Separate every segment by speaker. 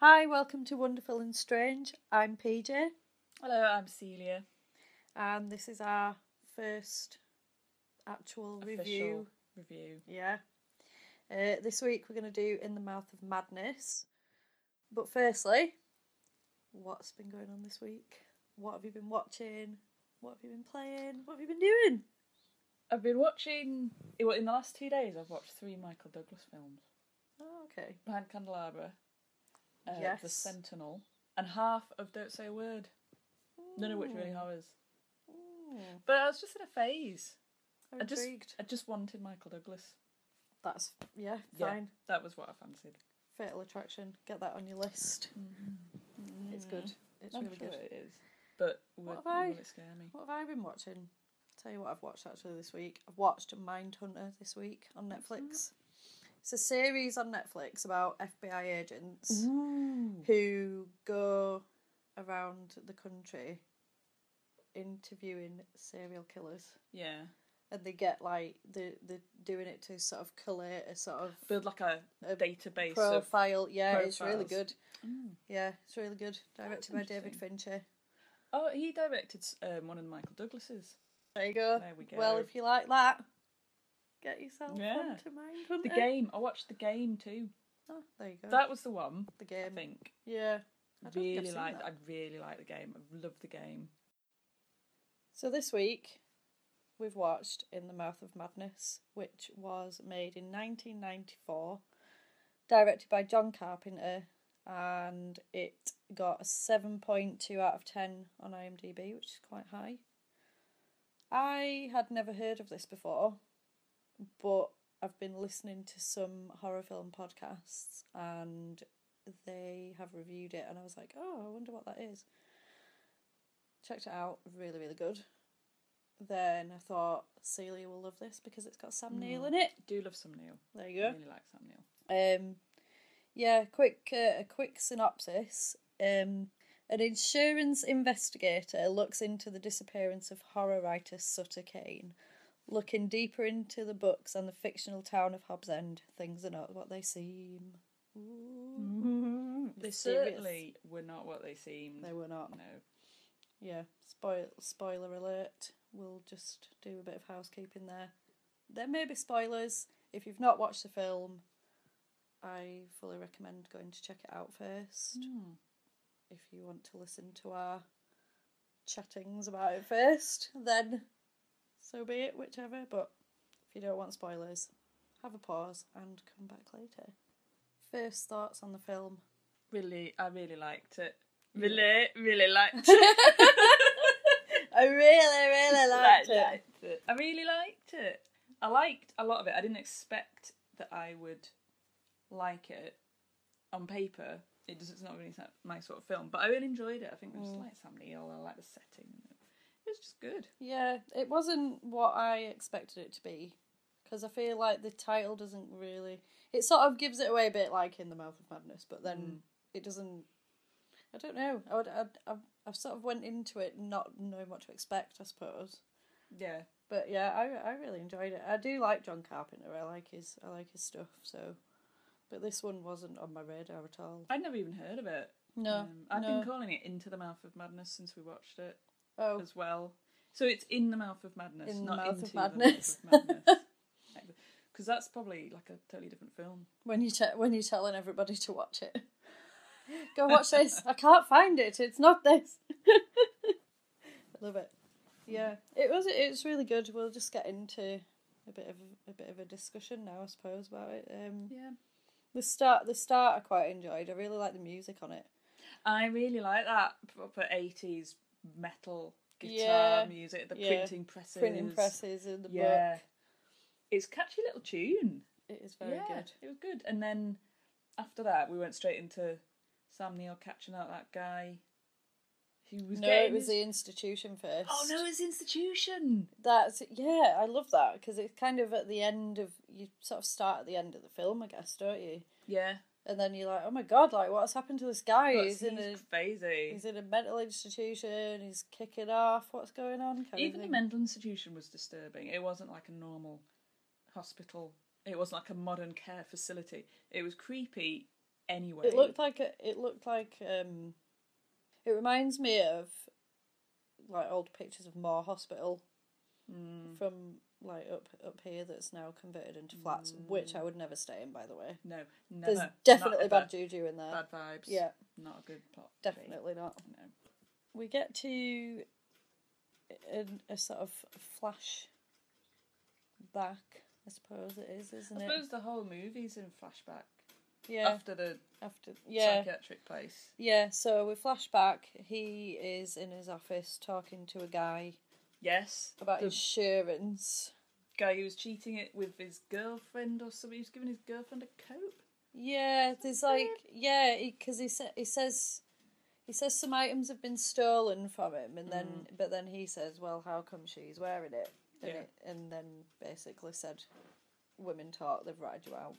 Speaker 1: Hi, welcome to Wonderful and Strange. I'm PJ,
Speaker 2: Hello, I'm Celia.
Speaker 1: and this is our first actual review.
Speaker 2: Official Review.
Speaker 1: Yeah. Uh, this week we're going to do In the Mouth of Madness. But firstly, what's been going on this week? What have you been watching? What have you been playing? What have you been doing?
Speaker 2: I've been watching. well, In the last two days, I've watched three Michael Douglas films:
Speaker 1: Oh, okay.
Speaker 2: Behind Candelabra, uh, The
Speaker 1: Yes.
Speaker 2: Sentinel, and half of Don't Say a Word. None of which really horrors. But I was just in a phase.
Speaker 1: I'm
Speaker 2: I just,
Speaker 1: intrigued.
Speaker 2: I just wanted Michael Douglas.
Speaker 1: That's, yeah,
Speaker 2: Yeah,
Speaker 1: fine.
Speaker 2: that was what I fancied.
Speaker 1: Fatal Attraction. Get that on your list. It's good. It's
Speaker 2: Mm, I'm
Speaker 1: really
Speaker 2: sure
Speaker 1: good.
Speaker 2: it is. But would,
Speaker 1: What have I-
Speaker 2: will it scare me?
Speaker 1: What have I been watching? Tell you what I've watched actually this week. I've watched Mindhunter this week on Netflix. It's a series on Netflix about FBI agents who go around the country interviewing serial killers.
Speaker 2: Yeah.
Speaker 1: And they get like they they're doing it to sort of collate a sort of
Speaker 2: Build like a,
Speaker 1: A
Speaker 2: database of
Speaker 1: profile. Yeah, it's really
Speaker 2: profiles.
Speaker 1: good. Yeah, it's really good. Directed by David Fincher.
Speaker 2: Oh, he directed um, one of the Michael Douglas's.
Speaker 1: There you go.
Speaker 2: There we
Speaker 1: Well,
Speaker 2: go.
Speaker 1: if you like that, get yourself
Speaker 2: Yeah.
Speaker 1: onto Mindhunter.
Speaker 2: The game. I watched the game too.
Speaker 1: Oh, there you go.
Speaker 2: That was the one.
Speaker 1: the
Speaker 2: I
Speaker 1: game.
Speaker 2: think.
Speaker 1: Yeah. I don't think I've
Speaker 2: really
Speaker 1: seen
Speaker 2: like.
Speaker 1: that.
Speaker 2: I really like the game. I love the game.
Speaker 1: So this week, we've watched In the Mouth of Madness, which was made in 1994, directed by John Carpenter, and it got a 7.2 out of 10 on IMDb, which is quite high. I had never heard of this before, but I've been listening to some horror film podcasts and they have reviewed it, and I was like, oh, I wonder what that is. Checked it out, really, really good. Then I thought Celia will love this because it's got Sam Neill in it.
Speaker 2: I do love Sam Neill.
Speaker 1: There you go.
Speaker 2: I really like Sam Neill.
Speaker 1: Um, yeah, quick uh, a quick synopsis. Um, an insurance investigator looks into the disappearance of horror writer Sutter Kane. Looking deeper into the books and the fictional town of Hobbs End, things are not what they seem.
Speaker 2: They
Speaker 1: serious.
Speaker 2: certainly Mm-hmm. were not what they seemed.
Speaker 1: They were not.
Speaker 2: No.
Speaker 1: Yeah, spoil spoiler alert. We'll just do a bit of housekeeping there. There may be spoilers. If you've not watched the film, I fully recommend going to check it out first. If you want to listen to our chattings about it first, then so be it, whichever. But if you don't want spoilers, have a pause and come back later. First thoughts on the film.
Speaker 2: Really, I really liked it. Really, really liked it.
Speaker 1: I really, really liked it.
Speaker 2: liked it. I really liked it. I liked a lot of it. I didn't expect that I would like it on paper. It does, it's not really sa- my sort of film, but I really enjoyed it. I think I
Speaker 1: Mm.
Speaker 2: just like Sam Neill. I like the setting. It was just good.
Speaker 1: Yeah, it wasn't what I expected it to be because I feel like the title doesn't really. It sort of gives it away a bit, like in the Mouth of Madness, but then
Speaker 2: Mm.
Speaker 1: it doesn't. I don't know. I would. I'd, I've, I've sort of went into it not knowing what to expect. I suppose
Speaker 2: Yeah,
Speaker 1: But yeah, I I really enjoyed it. I do like John Carpenter. I like his I like his stuff. So, but this one wasn't on my radar at all.
Speaker 2: I'd never even heard of it.
Speaker 1: No,
Speaker 2: Um, I've
Speaker 1: no.
Speaker 2: been calling it Into the Mouth of Madness since we watched it
Speaker 1: Oh,
Speaker 2: as well. So it's in the mouth of madness,
Speaker 1: In the
Speaker 2: not
Speaker 1: Mouth of
Speaker 2: into
Speaker 1: Madness.
Speaker 2: the mouth of madness. Because that's probably like a totally different film.
Speaker 1: when you te- when you're telling everybody to watch it, go watch this. I can't find it. It's not this. I love it. Yeah, it was. It's really good. We'll just get into a bit of a bit of a discussion now, I suppose, about it. Um,
Speaker 2: Yeah.
Speaker 1: the start the start I quite enjoyed. I really like the music on it.
Speaker 2: I really like that proper eighties metal guitar
Speaker 1: Yeah.
Speaker 2: music, the
Speaker 1: Yeah.
Speaker 2: printing presses,
Speaker 1: Printing presses and the
Speaker 2: Yeah,
Speaker 1: book.
Speaker 2: it's a catchy little tune.
Speaker 1: It is very
Speaker 2: yeah,
Speaker 1: good.
Speaker 2: it was good. And then after that, we went straight into Sam Neill catching out that guy. He was
Speaker 1: no,
Speaker 2: getting
Speaker 1: it was
Speaker 2: his-
Speaker 1: the institution first.
Speaker 2: oh no, it's institution.
Speaker 1: That's yeah, I love that because it's kind of at the end of you sort of start at the end of the film, I guess, don't you?
Speaker 2: Yeah,
Speaker 1: And then you're like, oh my god, like what's happened to this guy?
Speaker 2: But
Speaker 1: he's in a
Speaker 2: he's crazy.
Speaker 1: he's in a mental institution. He's kicking off. What's going on? kind of
Speaker 2: Even the
Speaker 1: thing.
Speaker 2: mental institution was disturbing. It wasn't like a normal hospital. It wasn't like a modern care facility. It was creepy anyway.
Speaker 1: It looked like a, it looked like um, it reminds me of like old pictures of Moore Hospital
Speaker 2: Hmm.
Speaker 1: from like up up here that's now converted into flats, which I would never stay in. By the way,
Speaker 2: Hmm. no, never.
Speaker 1: there's
Speaker 2: Not
Speaker 1: definitely
Speaker 2: ever.
Speaker 1: bad juju in there.
Speaker 2: Bad vibes.
Speaker 1: Yeah.
Speaker 2: not a good plot.
Speaker 1: Definitely not.
Speaker 2: No.
Speaker 1: We get to a, a sort of flash back, I suppose it is, isn't
Speaker 2: I
Speaker 1: it?
Speaker 2: suppose the whole movie's in flashback
Speaker 1: yeah, after,
Speaker 2: after the
Speaker 1: yeah.
Speaker 2: psychiatric place.
Speaker 1: Yeah, so we flash back. He is in his office talking to a guy
Speaker 2: Yes,
Speaker 1: about
Speaker 2: the
Speaker 1: insurance.
Speaker 2: guy who was cheating it with his girlfriend or something. He was giving his girlfriend a coat.
Speaker 1: Yeah, there's like yeah, because he, sa- he says he says some items have been stolen from him, and then but then he says, well, how come she's wearing it? And,
Speaker 2: Mm. Yeah.
Speaker 1: it, and then basically said, women talk, they've ratted you out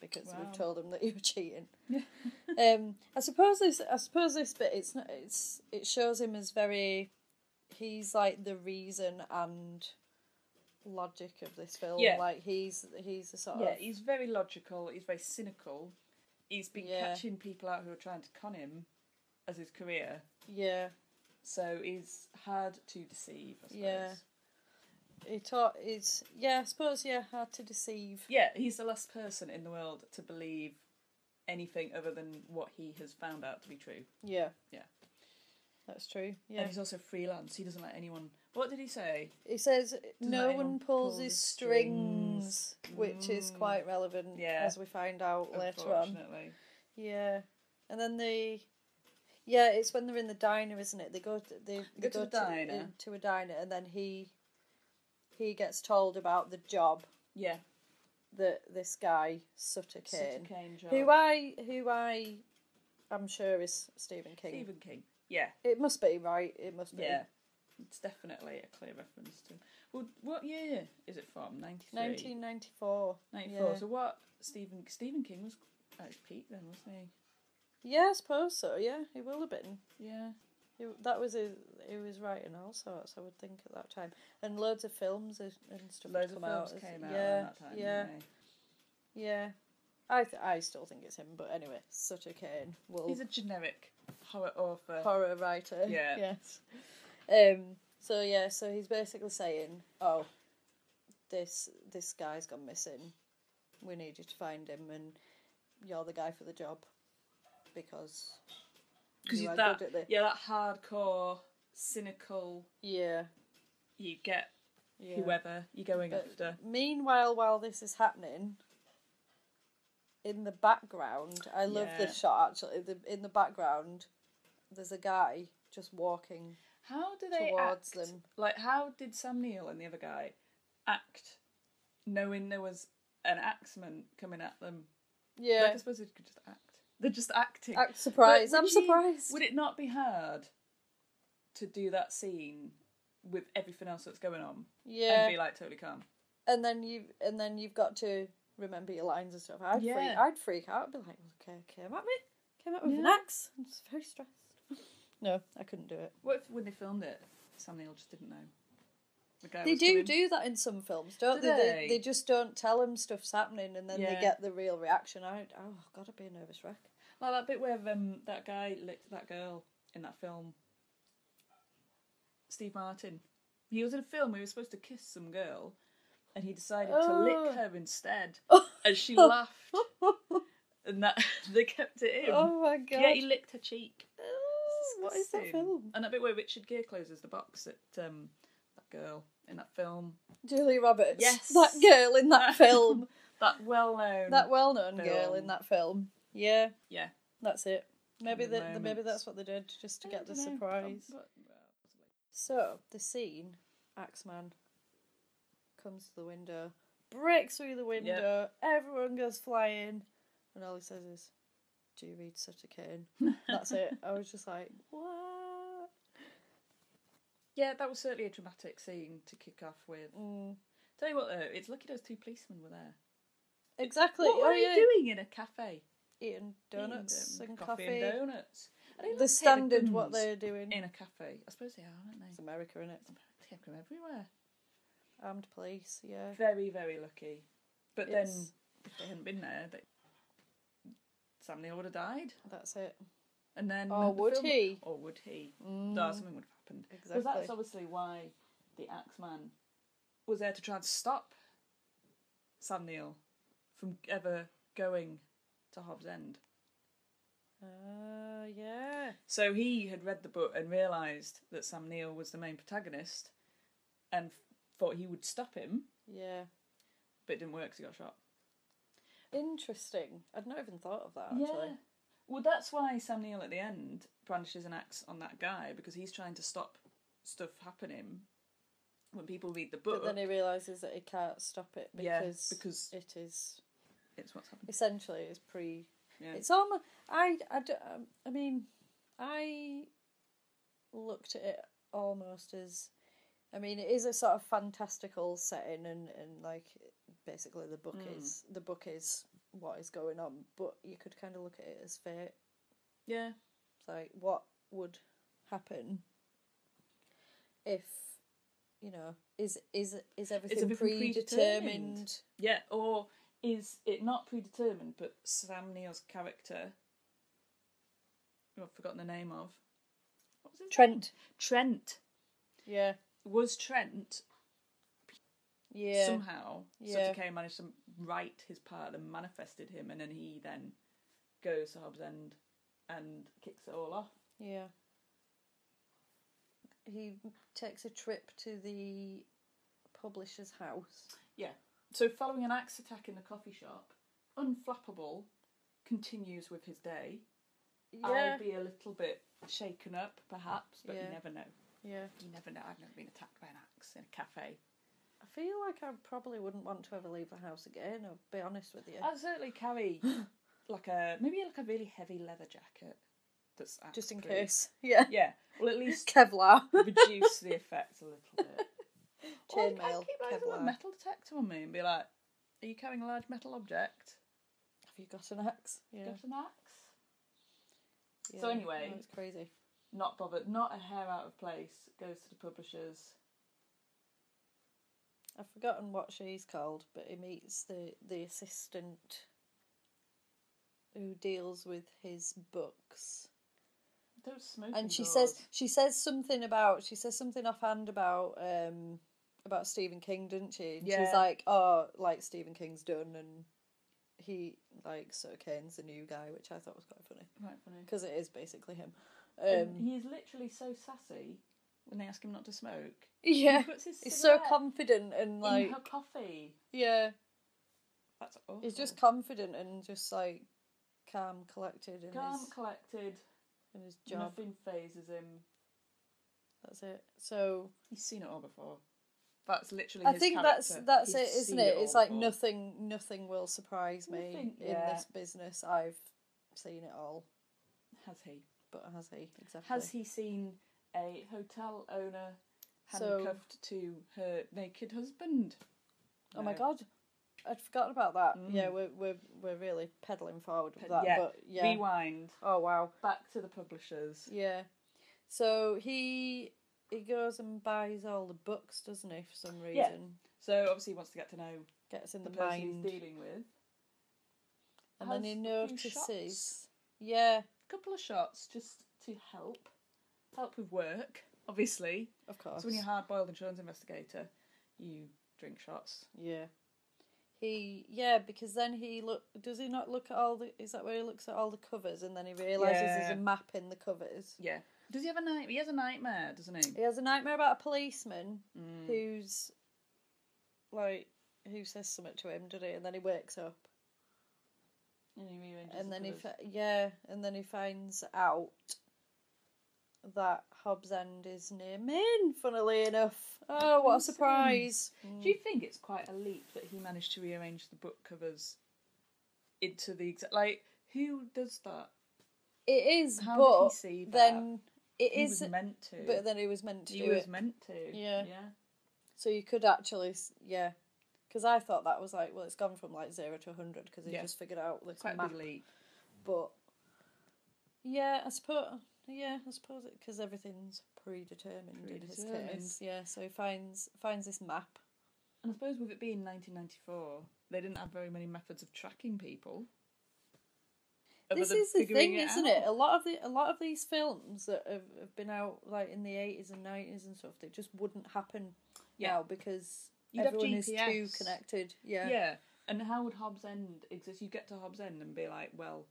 Speaker 1: because
Speaker 2: Wow.
Speaker 1: we've told them that you were cheating. um, I suppose this. I suppose this bit. It's not. It's it shows him as very. He's like the reason and logic of this film.
Speaker 2: Yeah.
Speaker 1: Like he's he's the sort
Speaker 2: Yeah,
Speaker 1: of
Speaker 2: he's very logical. He's very cynical. He's been
Speaker 1: Yeah.
Speaker 2: catching people out who are trying to con him as his career.
Speaker 1: yeah.
Speaker 2: So he's hard to deceive. I suppose.
Speaker 1: Yeah. He taught is yeah, I suppose yeah, hard to deceive.
Speaker 2: Yeah, he's the last person in the world to believe anything other than what he has found out to be true.
Speaker 1: Yeah.
Speaker 2: Yeah.
Speaker 1: That's true.
Speaker 2: And
Speaker 1: Yeah.
Speaker 2: he's also freelance. He doesn't let anyone. What did he say?
Speaker 1: He says no
Speaker 2: anyone
Speaker 1: one
Speaker 2: pull
Speaker 1: pulls
Speaker 2: the
Speaker 1: his strings, which is quite relevant
Speaker 2: Mm. Yeah.
Speaker 1: as we find out later on.
Speaker 2: Unfortunately.
Speaker 1: Yeah. And then the yeah, it's when they're in the diner, isn't it? They go to they, they
Speaker 2: to
Speaker 1: go
Speaker 2: the diner.
Speaker 1: in- to a diner and then he he gets told about the job
Speaker 2: Yeah.
Speaker 1: that this guy Sutter
Speaker 2: Sutter
Speaker 1: Kane,
Speaker 2: Kane job.
Speaker 1: who I who I I'm sure is Stephen King.
Speaker 2: Stephen King. Yeah.
Speaker 1: It must be right. It must be.
Speaker 2: Yeah. It's definitely a clear reference to him. Well, what year is it from? 93?
Speaker 1: 1994.
Speaker 2: 94.
Speaker 1: Yeah.
Speaker 2: So what Stephen Stephen King was at his peak then, wasn't
Speaker 1: yeah, I suppose so. Yeah, he will have been.
Speaker 2: he? Yeah.
Speaker 1: He, that was his. He was writing all sorts. I would think at that time, and loads of films and and stuff. had
Speaker 2: Loads of
Speaker 1: come out
Speaker 2: films
Speaker 1: as-
Speaker 2: came out
Speaker 1: yeah,
Speaker 2: around that time.
Speaker 1: Yeah,
Speaker 2: didn't
Speaker 1: yeah. I th- I still think it's him, but anyway, such a Kane.
Speaker 2: they?
Speaker 1: Well,
Speaker 2: He's a generic horror author.
Speaker 1: horror writer.
Speaker 2: Yeah.
Speaker 1: Yes. Um. So yeah. So he's basically saying, "Oh, this this guy's gone missing. We need you to find him, and you're the guy for the job because
Speaker 2: Because
Speaker 1: you
Speaker 2: he's
Speaker 1: are
Speaker 2: that,
Speaker 1: good at this."
Speaker 2: yeah, that hardcore, cynical,
Speaker 1: Yeah.
Speaker 2: you get
Speaker 1: yeah.
Speaker 2: whoever you're going
Speaker 1: But
Speaker 2: after.
Speaker 1: meanwhile, while this is happening. In the background, I love
Speaker 2: Yeah.
Speaker 1: this shot actually. The, in the background, there's a guy just walking.
Speaker 2: How do they
Speaker 1: towards
Speaker 2: act?
Speaker 1: them.
Speaker 2: Like, how did Sam Neill and the other guy act knowing there was an axeman coming at them?
Speaker 1: Yeah,
Speaker 2: Like, I suppose they could just act. They're just acting.
Speaker 1: act surprised.
Speaker 2: But
Speaker 1: I'm
Speaker 2: would you-
Speaker 1: surprised.
Speaker 2: Would it not be hard to do that scene with everything else that's going on
Speaker 1: yeah,
Speaker 2: and be like totally calm?
Speaker 1: and then you and then you've got to remember your lines and stuff. I'd freak,
Speaker 2: Yeah.
Speaker 1: I'd freak out. I'd be like, okay, came at me, came at me with an
Speaker 2: Yeah.
Speaker 1: axe. I'm just very stressed. No, I couldn't do it.
Speaker 2: What if when they filmed it, Sam Neill just didn't know? the guy
Speaker 1: They
Speaker 2: was
Speaker 1: do
Speaker 2: coming.
Speaker 1: do that in some films, don't
Speaker 2: Do
Speaker 1: they?
Speaker 2: they?
Speaker 1: they? They just don't tell them stuff's happening, and then
Speaker 2: Yeah.
Speaker 1: they get the real reaction. I oh, God, I'd be a nervous wreck.
Speaker 2: Like that bit where um, that guy licked that girl in that film. Steve Martin. He was in a film where he was supposed to kiss some girl and he decided to
Speaker 1: Oh.
Speaker 2: lick her instead. And she laughed. And that they kept it in.
Speaker 1: Oh my God!
Speaker 2: Um, yeah, he licked her cheek.
Speaker 1: Oh, what is that
Speaker 2: Disgusting.
Speaker 1: film?
Speaker 2: And that bit where Richard Gere closes the box at um, that girl in that film.
Speaker 1: Julia Roberts.
Speaker 2: Yes.
Speaker 1: that girl in that film,
Speaker 2: That well known.
Speaker 1: that well-known girl
Speaker 2: Film.
Speaker 1: in that film. Yeah,
Speaker 2: Yeah.
Speaker 1: that's it. Maybe
Speaker 2: the
Speaker 1: the, the- maybe
Speaker 2: moments.
Speaker 1: that's what they did just to get the
Speaker 2: Dunno.
Speaker 1: surprise.
Speaker 2: Um, But- but-
Speaker 1: So the scene, Axeman comes to the window, breaks through the window, everyone goes flying, and all he says is, "Do you read such a cane?" That's it. I was just like, "What?"
Speaker 2: Yeah, that was certainly a dramatic scene to kick off with.
Speaker 1: "Hmm,
Speaker 2: Tell you what though, it's lucky those two policemen were there.
Speaker 1: Exactly.
Speaker 2: what
Speaker 1: oh,
Speaker 2: were
Speaker 1: yeah.
Speaker 2: you doing in a cafe?
Speaker 1: Eating donuts
Speaker 2: Eating
Speaker 1: and
Speaker 2: d-
Speaker 1: coffee.
Speaker 2: and donuts. I don't
Speaker 1: the
Speaker 2: take
Speaker 1: standard what
Speaker 2: guns
Speaker 1: they're doing.
Speaker 2: in a cafe. I suppose they are, aren't
Speaker 1: It's
Speaker 2: they?
Speaker 1: America, innit?
Speaker 2: They have them everywhere.
Speaker 1: Armed police, yeah.
Speaker 2: Very, very lucky. But then,
Speaker 1: Yes.
Speaker 2: if they hadn't been there, they... Sam Neill would have died.
Speaker 1: That's it.
Speaker 2: And then,
Speaker 1: Or
Speaker 2: the
Speaker 1: would
Speaker 2: film-
Speaker 1: he?
Speaker 2: Or would he? No, something would have happened. 'Cause that's
Speaker 1: Exactly.
Speaker 2: obviously why the Axeman was there to try and stop Sam Neill from ever going to Hobbs End.
Speaker 1: Uh, yeah.
Speaker 2: So he had read the book and realised that Sam Neill was the main protagonist, and f- thought he would stop him,
Speaker 1: Yeah.
Speaker 2: but it didn't work. 'cause he got shot.
Speaker 1: Interesting. I'd not even thought of that, actually.
Speaker 2: Well, that's why Sam Neill at the end brandishes an axe on that guy because he's trying to stop stuff happening. When people read the book,
Speaker 1: But then he realises that he can't stop it
Speaker 2: Yeah,
Speaker 1: because,
Speaker 2: because-
Speaker 1: it is
Speaker 2: it's what's happening.
Speaker 1: essentially it's pre.
Speaker 2: Yeah.
Speaker 1: It's almost I, I, d- um, I mean I looked at it almost as I mean it is a sort of fantastical setting and and like basically the book
Speaker 2: Hmm.
Speaker 1: is the book is what is going on but you could kind of look at it as fate
Speaker 2: yeah.
Speaker 1: like what would happen if you know is is is everything
Speaker 2: everything
Speaker 1: predetermined
Speaker 2: predetermined? Yeah, or is it not predetermined, but Sam Neill's character, who I've forgotten the name of, what was his
Speaker 1: Trent
Speaker 2: name? Trent.
Speaker 1: yeah
Speaker 2: Was Trent
Speaker 1: yeah
Speaker 2: somehow,
Speaker 1: Yeah.
Speaker 2: Sutter Kane managed to write his part and manifested him, and then he then goes to Hobbs End and kicks it all off.
Speaker 1: yeah he takes a trip to the publisher's house
Speaker 2: Yeah. So following an axe attack in the coffee shop, Unflappable continues with his day.
Speaker 1: yeah
Speaker 2: I'll be a little bit shaken up, perhaps, but you
Speaker 1: Yeah.
Speaker 2: never know.
Speaker 1: yeah
Speaker 2: You never know. I've never been attacked by an axe in a cafe.
Speaker 1: i feel like i probably wouldn't want to ever leave the house again i'll be honest with you
Speaker 2: I'd certainly carry like a maybe like a really heavy leather jacket. That's
Speaker 1: just in
Speaker 2: axe-proof.
Speaker 1: case yeah
Speaker 2: Yeah. Well, at least
Speaker 1: kevlar
Speaker 2: reduce the effects a little bit. Or I'd- I'd
Speaker 1: chainmail
Speaker 2: keep an eyes on
Speaker 1: kevlar
Speaker 2: a metal detector on me and be like, "Are you carrying a large metal object?
Speaker 1: have you got an axe yeah Oh,
Speaker 2: Got an axe?" So anyway-
Speaker 1: it's crazy.
Speaker 2: Not bothered. Not a hair out of place. Goes to the publishers.
Speaker 1: I've forgotten what she's called, but he meets the the assistant who deals with his books,
Speaker 2: Don't smoke.
Speaker 1: and she
Speaker 2: indoors.
Speaker 1: says she says something about she says something offhand about um about Stephen King, didn't she? And
Speaker 2: Yeah.
Speaker 1: She's like, oh, like Stephen King's done, and he like Sir Kane's the new guy, which I thought was quite funny
Speaker 2: Right, funny.
Speaker 1: because it is basically him.
Speaker 2: And
Speaker 1: Um,
Speaker 2: he is literally so sassy when they ask him not to smoke.
Speaker 1: yeah,
Speaker 2: puts his
Speaker 1: he's so
Speaker 2: cigarette
Speaker 1: confident and like
Speaker 2: in her coffee.
Speaker 1: yeah.
Speaker 2: That's awful.
Speaker 1: He's just confident and just like calm, collected in
Speaker 2: calm,
Speaker 1: his
Speaker 2: collected.
Speaker 1: in his job.
Speaker 2: Nothing phases him.
Speaker 1: That's it. So
Speaker 2: He's seen it all before. That's literally.
Speaker 1: I
Speaker 2: his
Speaker 1: think
Speaker 2: character.
Speaker 1: that's that's
Speaker 2: He's
Speaker 1: it, isn't
Speaker 2: seen
Speaker 1: it? It's
Speaker 2: all
Speaker 1: like
Speaker 2: before.
Speaker 1: nothing nothing will surprise me
Speaker 2: Nothing,
Speaker 1: in
Speaker 2: yeah.
Speaker 1: this business. I've seen it all,
Speaker 2: Has he?
Speaker 1: but has he exactly?
Speaker 2: Has he seen a hotel owner
Speaker 1: So-
Speaker 2: handcuffed to her naked husband?
Speaker 1: Oh my
Speaker 2: No. Mm.
Speaker 1: god, I'd forgotten about that. Yeah, we're we're we're really peddling forward with that.
Speaker 2: yeah.
Speaker 1: But yeah.
Speaker 2: Rewind
Speaker 1: Oh wow.
Speaker 2: back to the publishers.
Speaker 1: Yeah. So he he goes and buys all the books, doesn't he? For some reason,
Speaker 2: Yeah. So obviously he wants to get to know
Speaker 1: gets in
Speaker 2: the
Speaker 1: the,
Speaker 2: person
Speaker 1: mind,
Speaker 2: he's dealing with.
Speaker 1: and then he
Speaker 2: Has a few
Speaker 1: notices.
Speaker 2: shots.
Speaker 1: Yeah,
Speaker 2: couple of shots just to help. Help with work, obviously.
Speaker 1: of course.
Speaker 2: So when you're a hard boiled insurance investigator, you drink shots.
Speaker 1: Yeah. He yeah because then he look does he not look at all the is that where he looks at all the covers and then he realizes there's
Speaker 2: Yeah.
Speaker 1: a map in the covers.
Speaker 2: Yeah. Does he have a night? He has a nightmare, doesn't he?
Speaker 1: He has a nightmare about a policeman who's like who says something to him, doesn't he? And then he wakes up
Speaker 2: And, he rearranges
Speaker 1: and
Speaker 2: the
Speaker 1: then he
Speaker 2: colours.
Speaker 1: fi- yeah and then he finds out that Hobbs End is near Maine. Funnily enough, oh what a surprise!
Speaker 2: Do you think it's quite a leap that he managed to rearrange the book covers into the exact like? Who does that?
Speaker 1: It is,
Speaker 2: How did
Speaker 1: but
Speaker 2: he see that?
Speaker 1: then it
Speaker 2: he
Speaker 1: is.
Speaker 2: was meant to.
Speaker 1: But then he was meant to
Speaker 2: he
Speaker 1: do
Speaker 2: was
Speaker 1: it.
Speaker 2: meant to.
Speaker 1: Yeah.
Speaker 2: yeah.
Speaker 1: So you could actually, s- yeah, because I thought that was like, well, it's gone from like zero to hundred because he
Speaker 2: Yeah.
Speaker 1: just figured out this
Speaker 2: Quite a
Speaker 1: map.
Speaker 2: big leap.
Speaker 1: But yeah, I suppose, yeah, I suppose it because everything's predetermined, in his
Speaker 2: Predetermined.
Speaker 1: case. Yeah, so he finds finds this map.
Speaker 2: And I suppose with it being 1994, they didn't have very many methods of tracking people. Other
Speaker 1: this
Speaker 2: than
Speaker 1: is the
Speaker 2: figuring
Speaker 1: thing, is isn't
Speaker 2: out.
Speaker 1: it? A lot of the a lot of these films that have, have been out like in the eighties and nineties and stuff, they just wouldn't happen
Speaker 2: Yeah.
Speaker 1: now because
Speaker 2: You'd have
Speaker 1: everyone is too
Speaker 2: GPS.
Speaker 1: connected.
Speaker 2: Yeah.
Speaker 1: Yeah,
Speaker 2: And how would Hobbs End exist? You get to Hobbs End and be like, well,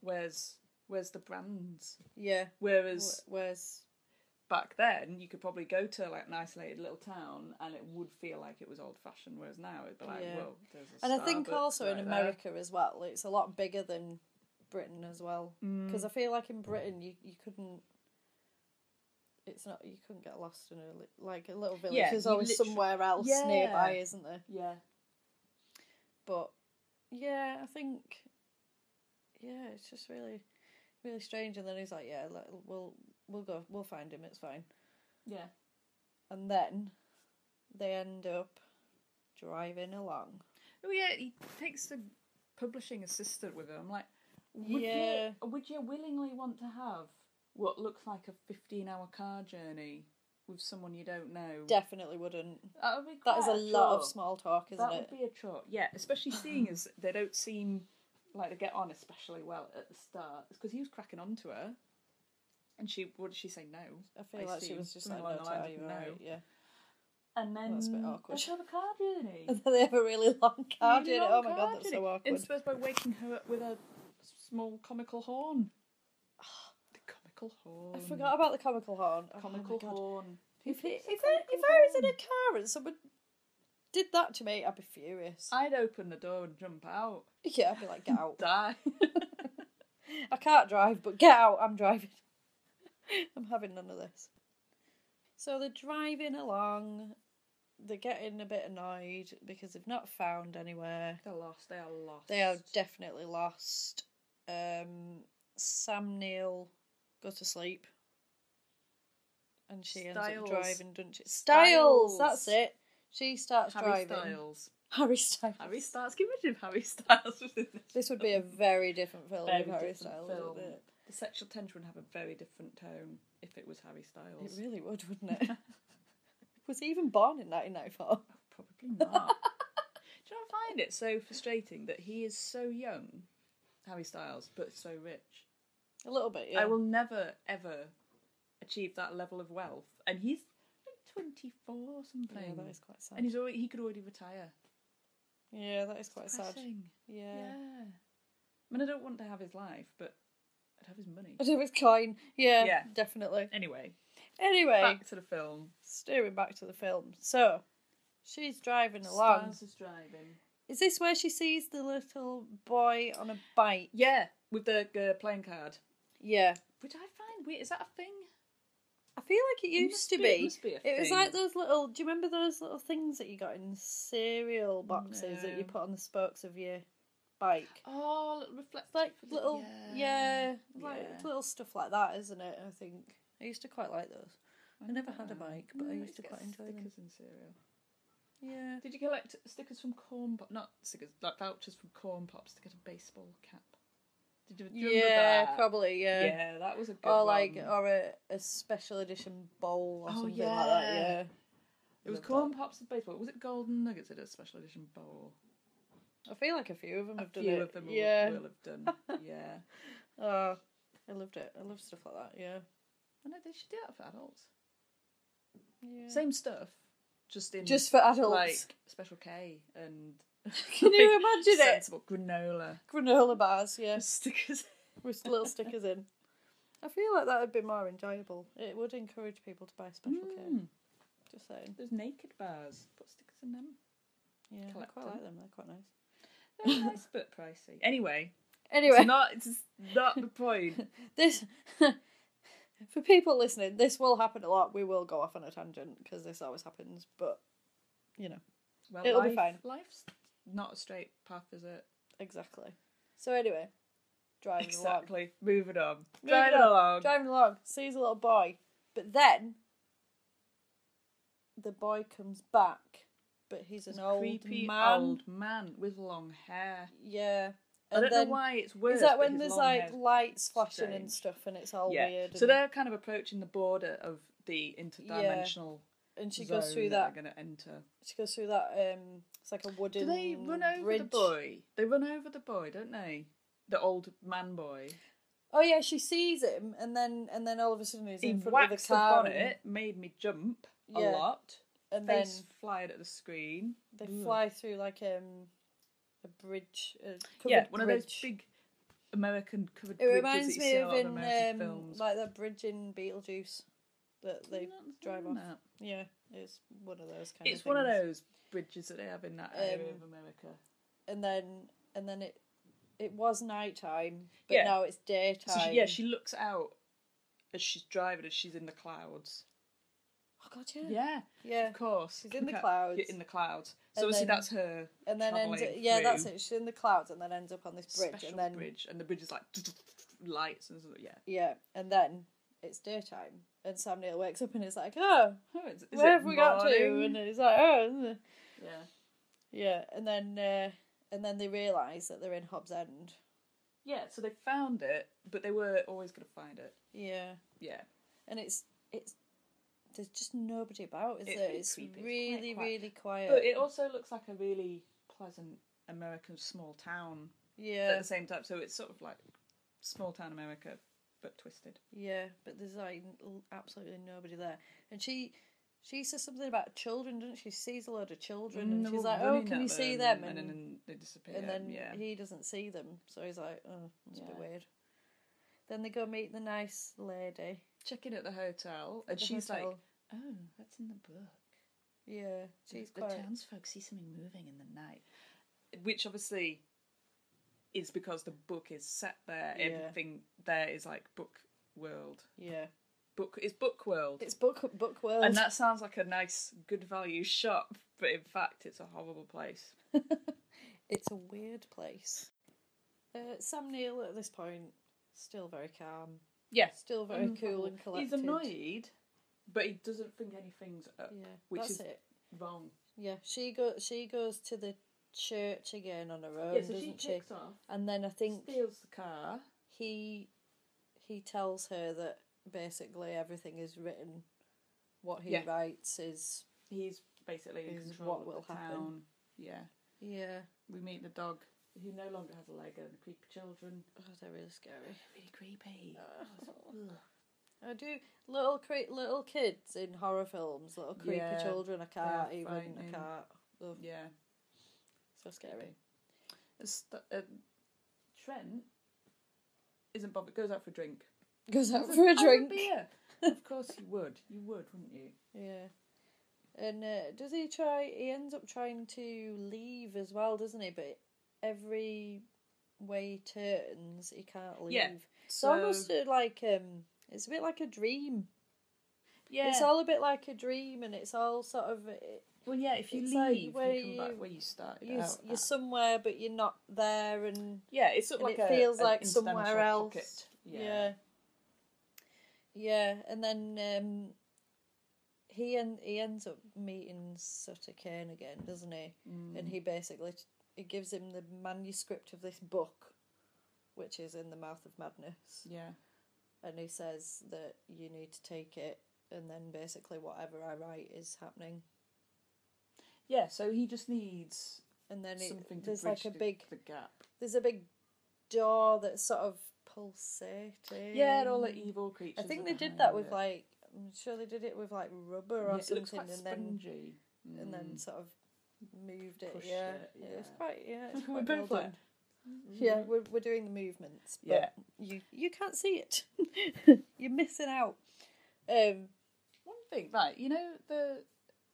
Speaker 2: where's where's the brands?
Speaker 1: yeah.
Speaker 2: Whereas
Speaker 1: Wh- Whereas
Speaker 2: back then, you could probably go to like an isolated little town and it would feel like it was old fashioned. Whereas now it'd be like,
Speaker 1: Yeah.
Speaker 2: well, there's a
Speaker 1: And I think
Speaker 2: Starbucks
Speaker 1: also in
Speaker 2: right there."
Speaker 1: America as well, it's a lot bigger than Britain as well.
Speaker 2: Mm.
Speaker 1: Because I feel like in Britain, you, you couldn't. It's not you couldn't get lost in a li- like a little village.
Speaker 2: Yeah,
Speaker 1: There's
Speaker 2: you
Speaker 1: always
Speaker 2: literally-
Speaker 1: somewhere else
Speaker 2: Yeah.
Speaker 1: nearby, isn't there?
Speaker 2: Yeah.
Speaker 1: But yeah, I think yeah, it's just really, really strange. And then he's like, "Yeah, like, we'll we'll go, we'll find him. It's fine."
Speaker 2: Yeah.
Speaker 1: And then they end up driving along.
Speaker 2: Oh yeah, he takes the publishing assistant with him. I'm like, would
Speaker 1: Yeah.
Speaker 2: you would you willingly want to have what looks like a 15 hour car journey with someone you don't know?
Speaker 1: Definitely wouldn't.
Speaker 2: that would be
Speaker 1: That is a
Speaker 2: quite
Speaker 1: lot of
Speaker 2: chore.
Speaker 1: small talk, isn't
Speaker 2: Uh, that
Speaker 1: it?
Speaker 2: would be a chore. Yeah, especially seeing as they don't seem like they get on especially well at the start. It's because he was cracking on to her, and she what did she say? No,
Speaker 1: I feel like she
Speaker 2: assume.
Speaker 1: was just
Speaker 2: Something
Speaker 1: like,
Speaker 2: along
Speaker 1: no,
Speaker 2: the lines
Speaker 1: Ty,
Speaker 2: of
Speaker 1: you're right, yeah.
Speaker 2: And then
Speaker 1: That's a bit awkward.
Speaker 2: let's have a car journey.
Speaker 1: And then they have a really long card
Speaker 2: Really
Speaker 1: in it.
Speaker 2: long
Speaker 1: Oh my god,
Speaker 2: card
Speaker 1: that's
Speaker 2: in
Speaker 1: so
Speaker 2: it.
Speaker 1: awkward.
Speaker 2: Interspersed by waking her up with a small comical horn. Ah, the comical horn.
Speaker 1: I forgot about the comical horn. Oh my
Speaker 2: Comical
Speaker 1: God.
Speaker 2: horn.
Speaker 1: If, it,
Speaker 2: It's a
Speaker 1: if, I,
Speaker 2: comical
Speaker 1: if I was
Speaker 2: horn.
Speaker 1: in a car and someone did that to me, I'd be furious.
Speaker 2: I'd open the door and jump out.
Speaker 1: yeah, I'd be like, get out.
Speaker 2: Die.
Speaker 1: I can't drive, but get out, I'm driving. I'm having none of this. So they're driving along, they're getting a bit annoyed because they've not found anywhere.
Speaker 2: They're lost. They are lost.
Speaker 1: They are definitely lost. Um, Sam Neill goes to sleep. And she ends up
Speaker 2: Styles.
Speaker 1: driving, doesn't she? Styles!
Speaker 2: Styles.
Speaker 1: That's it. She starts
Speaker 2: Harry
Speaker 1: driving.
Speaker 2: Styles.
Speaker 1: Harry Styles.
Speaker 2: Harry Styles. Can you imagine if Harry Styles was in this?
Speaker 1: This would be a very different film
Speaker 2: Very
Speaker 1: if Harry
Speaker 2: different
Speaker 1: Styles
Speaker 2: film.
Speaker 1: did it.
Speaker 2: The sexual tension would have a very different tone if it was Harry Styles.
Speaker 1: It really would, wouldn't it? Was he even born in 1994?
Speaker 2: Probably not. Do you know, I find it so frustrating that he is so young, Harry Styles, but so rich.
Speaker 1: A little bit, yeah.
Speaker 2: I will never ever achieve that level of wealth, and he's like twenty four or something.
Speaker 1: Yeah, that is quite sad.
Speaker 2: and he's already he could already retire.
Speaker 1: Yeah, that is quite sad.
Speaker 2: Depressing.
Speaker 1: Yeah.
Speaker 2: Yeah. I mean, I don't want to have his life, but I'd have his money.
Speaker 1: I do with coin. Yeah,
Speaker 2: Yeah.
Speaker 1: definitely.
Speaker 2: Anyway,
Speaker 1: Anyway,
Speaker 2: back to the film.
Speaker 1: steering back to the film. So, she's driving along.
Speaker 2: Styles is driving.
Speaker 1: Is this where she sees the little boy on a bike?
Speaker 2: Yeah, with the uh, playing card,
Speaker 1: Yeah.
Speaker 2: which I find weird. Is that a thing?
Speaker 1: I feel like it used
Speaker 2: must
Speaker 1: to
Speaker 2: be-
Speaker 1: be.
Speaker 2: it must be a
Speaker 1: It was
Speaker 2: thing.
Speaker 1: like those little. Do you remember those little things that you got in cereal boxes that you
Speaker 2: No.
Speaker 1: put on the spokes of your bike?
Speaker 2: Oh, reflect
Speaker 1: Like little, yeah, like
Speaker 2: yeah.
Speaker 1: little stuff like that, isn't it? I think I used to quite like those. I never had a bike, but I used to quite enjoy them.
Speaker 2: stickers and cereal.
Speaker 1: Yeah,
Speaker 2: Did you collect stickers from corn pop? Not stickers, like vouchers from corn pops to get a baseball cap. Did you, do you remember
Speaker 1: Yeah,
Speaker 2: that?
Speaker 1: probably. Yeah.
Speaker 2: Yeah, that was a good
Speaker 1: or
Speaker 2: one.
Speaker 1: like, oh, or a, a special edition bowl or
Speaker 2: Oh,
Speaker 1: something like that.
Speaker 2: yeah.
Speaker 1: Yeah.
Speaker 2: it was
Speaker 1: Love
Speaker 2: corn pops with baseball. Was it Golden Nuggets that did a special edition bowl?
Speaker 1: I feel like a few of them
Speaker 2: A
Speaker 1: have done
Speaker 2: few
Speaker 1: it.
Speaker 2: of them will-
Speaker 1: yeah.
Speaker 2: will have done. Yeah,
Speaker 1: Oh, I loved it. I love stuff like that. Yeah.
Speaker 2: and they should do that for adults.
Speaker 1: Yeah.
Speaker 2: Same stuff, just in
Speaker 1: Just for adults.
Speaker 2: like special K and.
Speaker 1: Can you imagine it?
Speaker 2: sensible granola
Speaker 1: granola bars, yes,
Speaker 2: stickers?
Speaker 1: with little stickers in. I feel like that would be more enjoyable. It would encourage people to buy special
Speaker 2: Mm.
Speaker 1: cake. Just saying.
Speaker 2: There's Hmm. naked bars. Put stickers in them.
Speaker 1: Yeah, I
Speaker 2: Collect
Speaker 1: quite
Speaker 2: them.
Speaker 1: like them. They're quite nice.
Speaker 2: They're nice but pricey. Anyway,
Speaker 1: Anyway,
Speaker 2: it's not. It's not the point.
Speaker 1: this for people listening, this will happen a lot. We will go off on a tangent because this always happens, but you know,
Speaker 2: Well,
Speaker 1: It'll be
Speaker 2: life-
Speaker 1: fine.
Speaker 2: Life's not a straight path, is it?
Speaker 1: exactly. So anyway, driving along.
Speaker 2: Exactly. Moving on.
Speaker 1: Moving
Speaker 2: Driving
Speaker 1: on,
Speaker 2: along.
Speaker 1: Driving along, sees a little boy, but then the boy comes back, but he's an
Speaker 2: This
Speaker 1: old
Speaker 2: creepy
Speaker 1: man.
Speaker 2: old man with long hair.
Speaker 1: Yeah.
Speaker 2: I don't
Speaker 1: then,
Speaker 2: know why it's worse.
Speaker 1: Is that
Speaker 2: but
Speaker 1: when
Speaker 2: his
Speaker 1: there's
Speaker 2: long
Speaker 1: like
Speaker 2: hair's-
Speaker 1: lights flashing and
Speaker 2: strange.
Speaker 1: stuff and it's all
Speaker 2: yeah.
Speaker 1: weird?
Speaker 2: So
Speaker 1: and,
Speaker 2: they're kind of approaching the border of the interdimensional.
Speaker 1: and she goes
Speaker 2: zone
Speaker 1: through that.
Speaker 2: that. They're going to enter.
Speaker 1: She goes through that. Um, it's like a wooden.
Speaker 2: Do they run over
Speaker 1: bridge.
Speaker 2: the boy? They run over the boy, don't they? The old man boy.
Speaker 1: Oh yeah, she sees him and then and then all of a sudden he's
Speaker 2: He
Speaker 1: in front of
Speaker 2: whacks
Speaker 1: the car.
Speaker 2: the bonnet, made me jump a
Speaker 1: Yeah.
Speaker 2: lot.
Speaker 1: And, and then
Speaker 2: Face flyed at the screen.
Speaker 1: they
Speaker 2: Ugh.
Speaker 1: fly through like um, a bridge. A covered
Speaker 2: Yeah, one of
Speaker 1: bridge.
Speaker 2: those big American covered
Speaker 1: It
Speaker 2: bridges
Speaker 1: reminds
Speaker 2: that you see
Speaker 1: me
Speaker 2: in a
Speaker 1: of
Speaker 2: lot of
Speaker 1: in
Speaker 2: American
Speaker 1: um,
Speaker 2: films.
Speaker 1: like that bridge in Beetlejuice that they
Speaker 2: Not
Speaker 1: drive
Speaker 2: seen
Speaker 1: off.
Speaker 2: that.
Speaker 1: Yeah, it's one of those kind.
Speaker 2: It's
Speaker 1: of
Speaker 2: one of
Speaker 1: things.
Speaker 2: those bridges that they have in that area
Speaker 1: Um,
Speaker 2: of America.
Speaker 1: and then and then it it was nighttime, but
Speaker 2: Yeah.
Speaker 1: now it's daytime.
Speaker 2: So she, yeah, she looks out as she's driving, as she's in the clouds.
Speaker 1: Oh god, yeah.
Speaker 2: Yeah,
Speaker 1: Yeah.
Speaker 2: of course.
Speaker 1: She's in the
Speaker 2: Okay.
Speaker 1: clouds.
Speaker 2: Yeah, in the clouds. So
Speaker 1: And
Speaker 2: obviously
Speaker 1: then-
Speaker 2: that's her.
Speaker 1: And then ends
Speaker 2: travelling
Speaker 1: yeah, that's
Speaker 2: through
Speaker 1: it. She's in the clouds and then ends up on this bridge
Speaker 2: Special
Speaker 1: and then
Speaker 2: bridge, and the bridge is like lights and stuff. Yeah.
Speaker 1: yeah, and then it's daytime. And Sam Neill wakes up and it's like, Oh,
Speaker 2: Oh, is, is
Speaker 1: where
Speaker 2: it
Speaker 1: have we got to?
Speaker 2: morning?
Speaker 1: And it's like, Oh isn't it?"
Speaker 2: Yeah.
Speaker 1: Yeah, and then uh, and then they realise that they're in Hobbs End.
Speaker 2: Yeah. So they found it, but they were always going to find it.
Speaker 1: Yeah.
Speaker 2: Yeah.
Speaker 1: And it's it's there's just nobody about, is
Speaker 2: It's
Speaker 1: there?
Speaker 2: really
Speaker 1: it's
Speaker 2: creepy, it's
Speaker 1: really,
Speaker 2: quite quiet.
Speaker 1: really quiet.
Speaker 2: But it also looks like a really pleasant American small town at
Speaker 1: yeah.
Speaker 2: the same time. So it's sort of like small town America, but twisted.
Speaker 1: Yeah, but there's like n- absolutely nobody there. And she she says something about children, doesn't she? She sees a load of children and
Speaker 2: they're
Speaker 1: she's
Speaker 2: all
Speaker 1: like, Oh,
Speaker 2: running
Speaker 1: can
Speaker 2: at
Speaker 1: you see them?
Speaker 2: um, And,
Speaker 1: And,
Speaker 2: then they disappear.
Speaker 1: and then
Speaker 2: yeah.
Speaker 1: he doesn't see them. So he's like, Oh, it's a bit
Speaker 2: Yeah.
Speaker 1: weird. Then they go meet the nice lady.
Speaker 2: check in at the hotel, and
Speaker 1: the
Speaker 2: she's like,
Speaker 1: hotel.
Speaker 2: "Oh, that's in the book.
Speaker 1: Yeah. She's
Speaker 2: the
Speaker 1: quite
Speaker 2: townsfolk see something moving in the night," which obviously is because the book is set there.
Speaker 1: Yeah.
Speaker 2: Everything there is like book world.
Speaker 1: Yeah.
Speaker 2: Book it's book world,
Speaker 1: It's book book world.
Speaker 2: and that sounds like a nice, good value shop, but in fact, it's a horrible place.
Speaker 1: it's a weird place. Uh, Sam Neill at this point, still very calm.
Speaker 2: Yes,
Speaker 1: Still very cool and collected.
Speaker 2: He's annoyed, but he doesn't think anything's up,
Speaker 1: Yeah.
Speaker 2: which
Speaker 1: that's
Speaker 2: is
Speaker 1: it.
Speaker 2: wrong.
Speaker 1: Yeah, she go she goes to the church again on her own,
Speaker 2: yeah, so she
Speaker 1: doesn't she?
Speaker 2: kicks off,
Speaker 1: And then I think
Speaker 2: steals the car.
Speaker 1: he he tells her that basically everything is written. What he
Speaker 2: Yeah.
Speaker 1: writes is
Speaker 2: He's basically in
Speaker 1: Is
Speaker 2: control
Speaker 1: what
Speaker 2: of
Speaker 1: will
Speaker 2: the
Speaker 1: happen.
Speaker 2: town. Yeah,
Speaker 1: yeah.
Speaker 2: we meet the dog who no longer has a leg and the creepy children.
Speaker 1: Oh, they're really scary.
Speaker 2: Really creepy.
Speaker 1: I do little cre- little kids in horror films, little creepy
Speaker 2: Yeah,
Speaker 1: children. I can't
Speaker 2: they're
Speaker 1: even.
Speaker 2: frightening.
Speaker 1: I can't. Ugh,
Speaker 2: Yeah,
Speaker 1: so scary.
Speaker 2: It's th- uh, Trent isn't bothered. Goes out for a drink.
Speaker 1: Goes out for a
Speaker 2: Have
Speaker 1: drink.
Speaker 2: beer. of course you would. You would, wouldn't you?
Speaker 1: Yeah. And uh, does he try? He ends up trying to leave as well, doesn't he? But every way he turns, he can't leave.
Speaker 2: Yeah,
Speaker 1: It's
Speaker 2: so-
Speaker 1: almost uh, like um, it's a bit like a dream.
Speaker 2: Yeah.
Speaker 1: It's all a bit like a dream, and it's all sort of uh, it,
Speaker 2: well, yeah. If you
Speaker 1: it's
Speaker 2: leave,
Speaker 1: like
Speaker 2: you
Speaker 1: where
Speaker 2: come back
Speaker 1: you-
Speaker 2: where you started.
Speaker 1: you,
Speaker 2: out
Speaker 1: you're
Speaker 2: at.
Speaker 1: somewhere, but you're not there, and
Speaker 2: Yeah, it's sort of
Speaker 1: and
Speaker 2: like
Speaker 1: it
Speaker 2: a-
Speaker 1: feels
Speaker 2: an
Speaker 1: like somewhere
Speaker 2: instantial
Speaker 1: else.
Speaker 2: pocket.
Speaker 1: Yeah. Yeah, and then um, he en- he ends up meeting Sutter Kane again,
Speaker 2: Mm.
Speaker 1: doesn't he? And he basically he gives him the manuscript of this book which is in the mouth of madness,
Speaker 2: Yeah.
Speaker 1: and he says that you need to take it, and then basically whatever I write is happening,
Speaker 2: Yeah, so he just needs
Speaker 1: and then it,
Speaker 2: something to
Speaker 1: there's
Speaker 2: bridge
Speaker 1: like a
Speaker 2: the,
Speaker 1: big
Speaker 2: the gap.
Speaker 1: there's a big door that's sort of pulsating.
Speaker 2: Yeah, and all the evil
Speaker 1: I
Speaker 2: creatures.
Speaker 1: think
Speaker 2: are
Speaker 1: they did
Speaker 2: behind
Speaker 1: that with
Speaker 2: it.
Speaker 1: like I'm sure they did it with like rubber
Speaker 2: Yeah,
Speaker 1: or
Speaker 2: it
Speaker 1: something,
Speaker 2: looks quite
Speaker 1: and then
Speaker 2: spongy.
Speaker 1: and then sort of moved it.
Speaker 2: Pushed
Speaker 1: Yeah,
Speaker 2: it,
Speaker 1: it's
Speaker 2: yeah.
Speaker 1: quite yeah. It's
Speaker 2: We're
Speaker 1: quite well
Speaker 2: both like,
Speaker 1: done. Yeah, we're we're doing the movements. But
Speaker 2: Mm. Yeah.
Speaker 1: you you can't see it. You're missing out. Um,
Speaker 2: One thing, right? You know the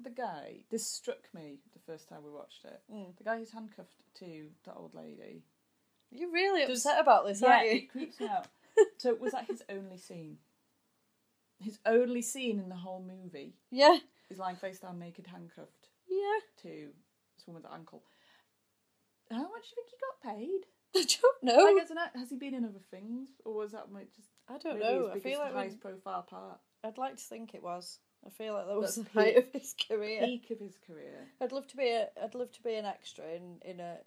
Speaker 2: the guy. This struck me the first time we watched it.
Speaker 1: Hmm.
Speaker 2: The guy who's handcuffed to that old lady.
Speaker 1: you're really
Speaker 2: Does-
Speaker 1: upset about this, aren't you?
Speaker 2: it creeps me out. So was that his only scene? His only scene in the whole movie
Speaker 1: Yeah,
Speaker 2: is lying face down, naked, handcuffed
Speaker 1: yeah.
Speaker 2: to this woman's ankle. How much do you think he got paid?
Speaker 1: I don't know.
Speaker 2: Like, as an act, has he been in other things, or was that my, just?
Speaker 1: Oh. I don't
Speaker 2: maybe
Speaker 1: know.
Speaker 2: His
Speaker 1: I
Speaker 2: biggest,
Speaker 1: feel like we-
Speaker 2: highest profile part,
Speaker 1: I'd like to think it was. I feel like that was the
Speaker 2: That's
Speaker 1: height of his career.
Speaker 2: peak of his career.
Speaker 1: I'd love to be a. I'd love to be an extra in in a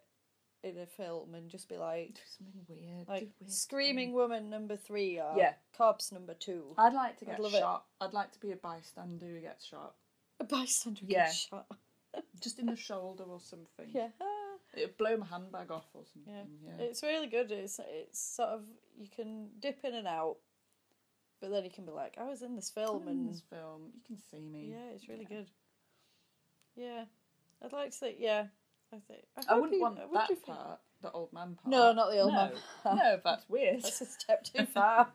Speaker 1: in a film and just be like
Speaker 2: Do something weird. do
Speaker 1: like
Speaker 2: weird
Speaker 1: screaming woman number three or
Speaker 2: Yeah.
Speaker 1: corpse number two.
Speaker 2: I'd like to
Speaker 1: I'd
Speaker 2: get
Speaker 1: love it.
Speaker 2: shot. I'd like to be a bystander who gets shot,
Speaker 1: A bystander
Speaker 2: Yeah.
Speaker 1: gets shot.
Speaker 2: just in the shoulder or something.
Speaker 1: Yeah. Ah.
Speaker 2: it'd blow my handbag off or
Speaker 1: yeah,
Speaker 2: something. Yeah,
Speaker 1: It's really good. It's it's sort of you can dip in and out, but then you can be like, I was in this film,
Speaker 2: I'm in
Speaker 1: and
Speaker 2: this film, you can see me.
Speaker 1: yeah, it's really good. Yeah, I'd like to say yeah. I think
Speaker 2: I
Speaker 1: hope
Speaker 2: wouldn't
Speaker 1: you-
Speaker 2: want
Speaker 1: I would
Speaker 2: that
Speaker 1: do-
Speaker 2: part, the old man part.
Speaker 1: No, not the old
Speaker 2: no.
Speaker 1: man.
Speaker 2: no, that's weird.
Speaker 1: That's a step too far.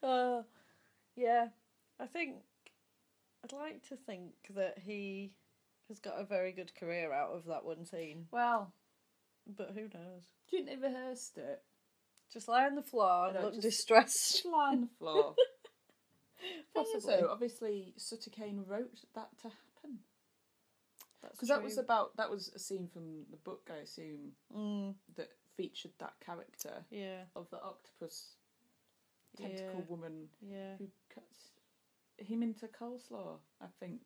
Speaker 1: uh, yeah, I think I'd like to think that he has got a very good career out of that one scene,
Speaker 2: Well,
Speaker 1: but who knows?
Speaker 2: do you think they rehearsed it?
Speaker 1: Just lie on the floor and
Speaker 2: No,
Speaker 1: look
Speaker 2: just-
Speaker 1: distressed.
Speaker 2: Just lie on the floor.
Speaker 1: Possibly.
Speaker 2: So obviously, Sutter Kane wrote that to happen because that was
Speaker 1: true.
Speaker 2: about that was a scene from the book, I assume,
Speaker 1: Mm.
Speaker 2: that featured that character
Speaker 1: yeah,
Speaker 2: of the octopus tentacle
Speaker 1: Yeah.
Speaker 2: woman
Speaker 1: yeah.
Speaker 2: who cuts him into coleslaw. I think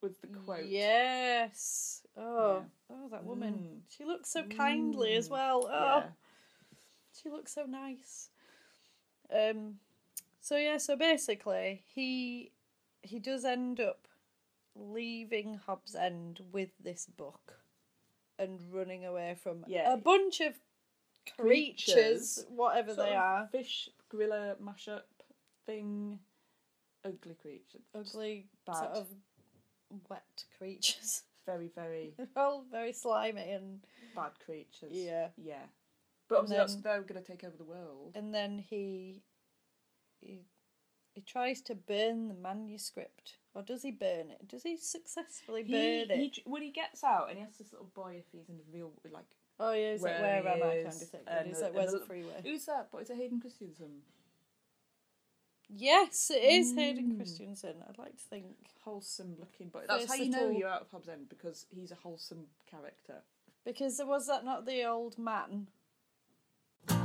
Speaker 2: was the quote.
Speaker 1: Yes. Oh, oh, that woman. She looks so kindly as well. Oh,
Speaker 2: Mm. Yeah.
Speaker 1: she looks so nice. Um, so yeah, so basically, he he does end up leaving Hobbs End with this book and running away from
Speaker 2: Yeah.
Speaker 1: a bunch of creatures,
Speaker 2: Creatures.
Speaker 1: whatever
Speaker 2: Sort
Speaker 1: they
Speaker 2: of
Speaker 1: are.
Speaker 2: fish gorilla mashup thing. Ugly creature. Just
Speaker 1: Ugly,
Speaker 2: bad.
Speaker 1: sort of wet creatures.
Speaker 2: Very very
Speaker 1: They're all very slimy and
Speaker 2: bad creatures.
Speaker 1: Yeah.
Speaker 2: Yeah. But obviously that's,
Speaker 1: then-
Speaker 2: they're going to take over the world.
Speaker 1: and then he he he tries to burn the manuscript or does he burn it does he successfully burn it
Speaker 2: he j- when he gets out and he asks this little boy if he's in the real like
Speaker 1: oh yeah he's like where
Speaker 2: he
Speaker 1: am i kind of
Speaker 2: is,
Speaker 1: thing and
Speaker 2: and
Speaker 1: he's
Speaker 2: the-
Speaker 1: like
Speaker 2: and
Speaker 1: where's the
Speaker 2: the-
Speaker 1: freeway
Speaker 2: Who's that? But is it Hayden Christensen?
Speaker 1: yes it is
Speaker 2: Mm.
Speaker 1: hayden christensen i'd like to think
Speaker 2: Wholesome looking, but that's
Speaker 1: First
Speaker 2: how you know
Speaker 1: little-
Speaker 2: you're out of Hobbs End because he's a wholesome character.
Speaker 1: because there was that not the old man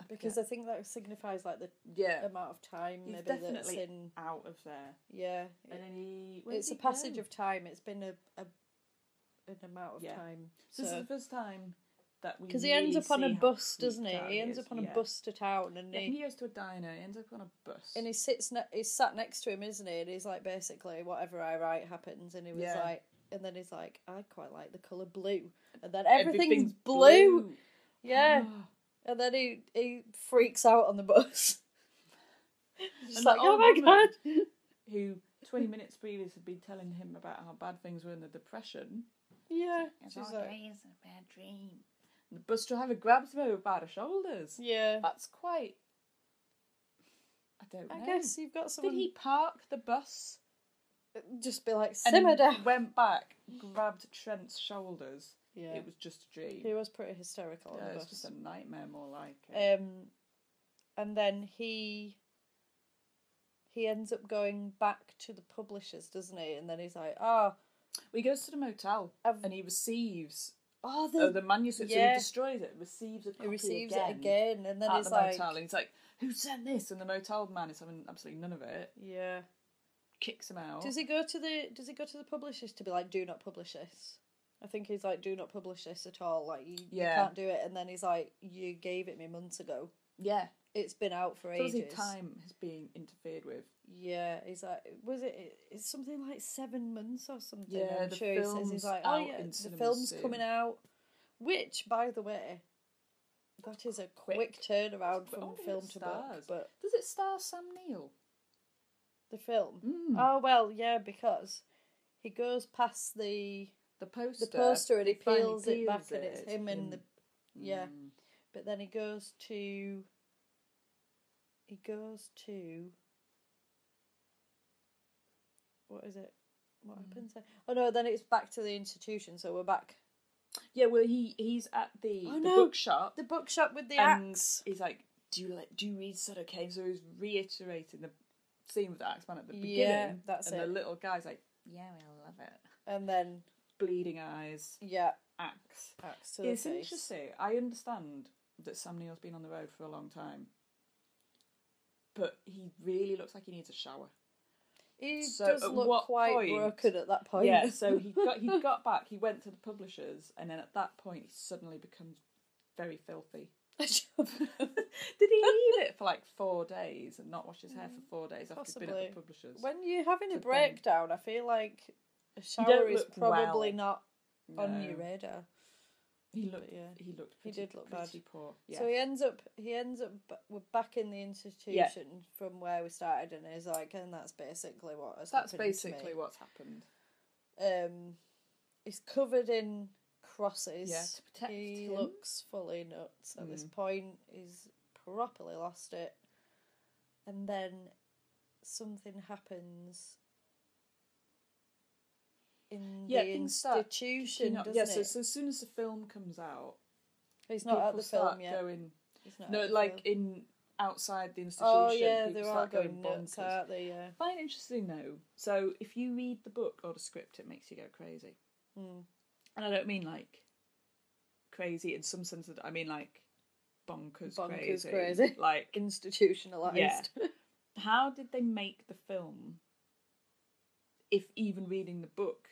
Speaker 2: I think
Speaker 1: because I think that signifies like the
Speaker 2: Yeah.
Speaker 1: amount of time
Speaker 2: He's
Speaker 1: maybe that's
Speaker 2: definitely
Speaker 1: in.
Speaker 2: out of there.
Speaker 1: Yeah,
Speaker 2: And then he. where
Speaker 1: it's a
Speaker 2: did he
Speaker 1: passage
Speaker 2: go?
Speaker 1: of time. It's been a, a an amount of
Speaker 2: Yeah.
Speaker 1: time.
Speaker 2: So this is
Speaker 1: So
Speaker 2: the first time that we.
Speaker 1: because he ends
Speaker 2: really
Speaker 1: up on a
Speaker 2: see how
Speaker 1: bus,
Speaker 2: deep
Speaker 1: doesn't he?
Speaker 2: down
Speaker 1: He ends
Speaker 2: is,
Speaker 1: up on
Speaker 2: yeah.
Speaker 1: a bus to town, and
Speaker 2: Yeah,
Speaker 1: he
Speaker 2: he goes to a diner. He ends up on a bus.
Speaker 1: and he sits. Ne- he's sat next to him, isn't he? And he's like, basically, whatever I write happens. And he was
Speaker 2: Yeah.
Speaker 1: like, and then he's like, I quite like the color blue. And then everything's,
Speaker 2: Everything's
Speaker 1: blue. Yeah. and then he he freaks out on the bus. Just
Speaker 2: And
Speaker 1: like,
Speaker 2: the
Speaker 1: oh
Speaker 2: old
Speaker 1: my
Speaker 2: woman-
Speaker 1: god.
Speaker 2: Who twenty minutes previous had been telling him about how bad things were in the depression.
Speaker 1: Yeah.
Speaker 2: It's
Speaker 1: She's
Speaker 2: all
Speaker 1: like,
Speaker 2: days and a bad dream. And the bus driver grabs him over by the shoulders.
Speaker 1: yeah.
Speaker 2: That's quite. I don't know.
Speaker 1: I guess you've got
Speaker 2: Did
Speaker 1: someone
Speaker 2: he park the bus?
Speaker 1: just be like
Speaker 2: and
Speaker 1: simmer down.
Speaker 2: Went back, grabbed Trent's shoulders.
Speaker 1: Yeah.
Speaker 2: It was just a dream.
Speaker 1: He was pretty hysterical
Speaker 2: Yeah,
Speaker 1: on the
Speaker 2: it's
Speaker 1: bus.
Speaker 2: just a nightmare, more like. it.
Speaker 1: Um, and then he he ends up going back to the publishers, doesn't he? And then he's like, oh,
Speaker 2: he goes to the motel
Speaker 1: I've-
Speaker 2: and he receives
Speaker 1: oh,
Speaker 2: uh, the manuscript. So
Speaker 1: yeah.
Speaker 2: he destroys it, receives a copy
Speaker 1: he receives
Speaker 2: again
Speaker 1: it again, and then
Speaker 2: at
Speaker 1: he's
Speaker 2: the
Speaker 1: like,
Speaker 2: motel, and he's like, "Who sent this?" And the motel man is having absolutely none of it.
Speaker 1: yeah.
Speaker 2: Kicks him out.
Speaker 1: Does he go to the Does he go to the publishers to be like, do not publish this? I think he's like, do not publish this at all. Like, you,
Speaker 2: Yeah.
Speaker 1: you can't do it. And then he's like, you gave it me months ago.
Speaker 2: yeah.
Speaker 1: It's been out for
Speaker 2: So obviously
Speaker 1: ages.
Speaker 2: time has been interfered with.
Speaker 1: Yeah, he's like, was it? It's something like seven months or something.
Speaker 2: Yeah,
Speaker 1: I'm
Speaker 2: the
Speaker 1: sure he says
Speaker 2: film's
Speaker 1: he's like,
Speaker 2: out
Speaker 1: oh yeah,
Speaker 2: in
Speaker 1: the
Speaker 2: cinemas
Speaker 1: film's
Speaker 2: soon.
Speaker 1: coming out. Which, by the way, that is a quick,
Speaker 2: Quick.
Speaker 1: turnaround
Speaker 2: But I
Speaker 1: from
Speaker 2: wonder if
Speaker 1: film
Speaker 2: it
Speaker 1: to book.
Speaker 2: stars.
Speaker 1: But
Speaker 2: does it star Sam Neill?
Speaker 1: the film,
Speaker 2: Mm.
Speaker 1: oh well, yeah, because he goes past the
Speaker 2: The poster.
Speaker 1: the poster and he
Speaker 2: finally
Speaker 1: peels it back,
Speaker 2: peels Mm.
Speaker 1: and it's him and the yeah. But then he goes to. He goes to. What is it? What
Speaker 2: Hmm.
Speaker 1: happens there? Oh no! Then it's back to the institution. So we're back.
Speaker 2: Yeah, well, he he's at the,
Speaker 1: Oh,
Speaker 2: the
Speaker 1: no.
Speaker 2: bookshop.
Speaker 1: The bookshop with the
Speaker 2: and
Speaker 1: axe.
Speaker 2: he's like, "Do you like, do you read Sutter Kane?" So he's reiterating the scene with the axe man at the beginning.
Speaker 1: Yeah, that's
Speaker 2: and
Speaker 1: it.
Speaker 2: the little guy's like, "Yeah, I love it."
Speaker 1: And then
Speaker 2: Bleeding eyes,
Speaker 1: yeah,
Speaker 2: axe. uh,
Speaker 1: axe to the
Speaker 2: It's
Speaker 1: face.
Speaker 2: interesting. I understand that Sam Neill's been on the road for a long time, but he really looks like he needs a shower.
Speaker 1: He
Speaker 2: So
Speaker 1: does
Speaker 2: at
Speaker 1: look
Speaker 2: what
Speaker 1: quite
Speaker 2: point-
Speaker 1: broken at that point.
Speaker 2: Yeah, so he got he got back. He went to the publishers, and then at that point, he suddenly becomes very filthy. Did he leave it for like four days and not wash his hair for four days after he'd been
Speaker 1: Mm, Possibly.
Speaker 2: at the publishers?
Speaker 1: when you're having a
Speaker 2: Good thing.
Speaker 1: breakdown, I feel like a shower
Speaker 2: don't
Speaker 1: is
Speaker 2: look
Speaker 1: probably
Speaker 2: well.
Speaker 1: not on
Speaker 2: No.
Speaker 1: your radar.
Speaker 2: he looked,
Speaker 1: yeah.
Speaker 2: he looked,
Speaker 1: He
Speaker 2: pretty,
Speaker 1: did look
Speaker 2: pretty poor. Yeah.
Speaker 1: So he ends up. He ends up. b- We're back in the institution from where we started, and he's like, and that's basically what has
Speaker 2: that's
Speaker 1: happened
Speaker 2: basically
Speaker 1: to me.
Speaker 2: what's happened.
Speaker 1: Um, he's covered in crosses.
Speaker 2: Yeah, to protect
Speaker 1: he
Speaker 2: him.
Speaker 1: looks fully nuts at this point. He's properly lost it, and then something happens. In
Speaker 2: Yeah,
Speaker 1: the
Speaker 2: things start
Speaker 1: institution,
Speaker 2: Not-
Speaker 1: doesn't
Speaker 2: yeah.
Speaker 1: it?
Speaker 2: So, so as soon as the film comes out,
Speaker 1: he's not at
Speaker 2: people
Speaker 1: the
Speaker 2: start
Speaker 1: film yet.
Speaker 2: Going,
Speaker 1: He's not
Speaker 2: no,
Speaker 1: at the
Speaker 2: like
Speaker 1: film.
Speaker 2: in outside the institution.
Speaker 1: Oh yeah,
Speaker 2: people
Speaker 1: they're all
Speaker 2: start
Speaker 1: going nuts,
Speaker 2: bonkers.
Speaker 1: aren't they? Yeah.
Speaker 2: Find it interesting though. So if you read the book or the script, it makes you go crazy.
Speaker 1: Mm.
Speaker 2: And I don't mean like crazy in some sense. Of, I mean like bonkers,
Speaker 1: Bonkers
Speaker 2: crazy.
Speaker 1: crazy.
Speaker 2: Like
Speaker 1: Institutionalized.
Speaker 2: yeah. How did they make the film? If even reading the book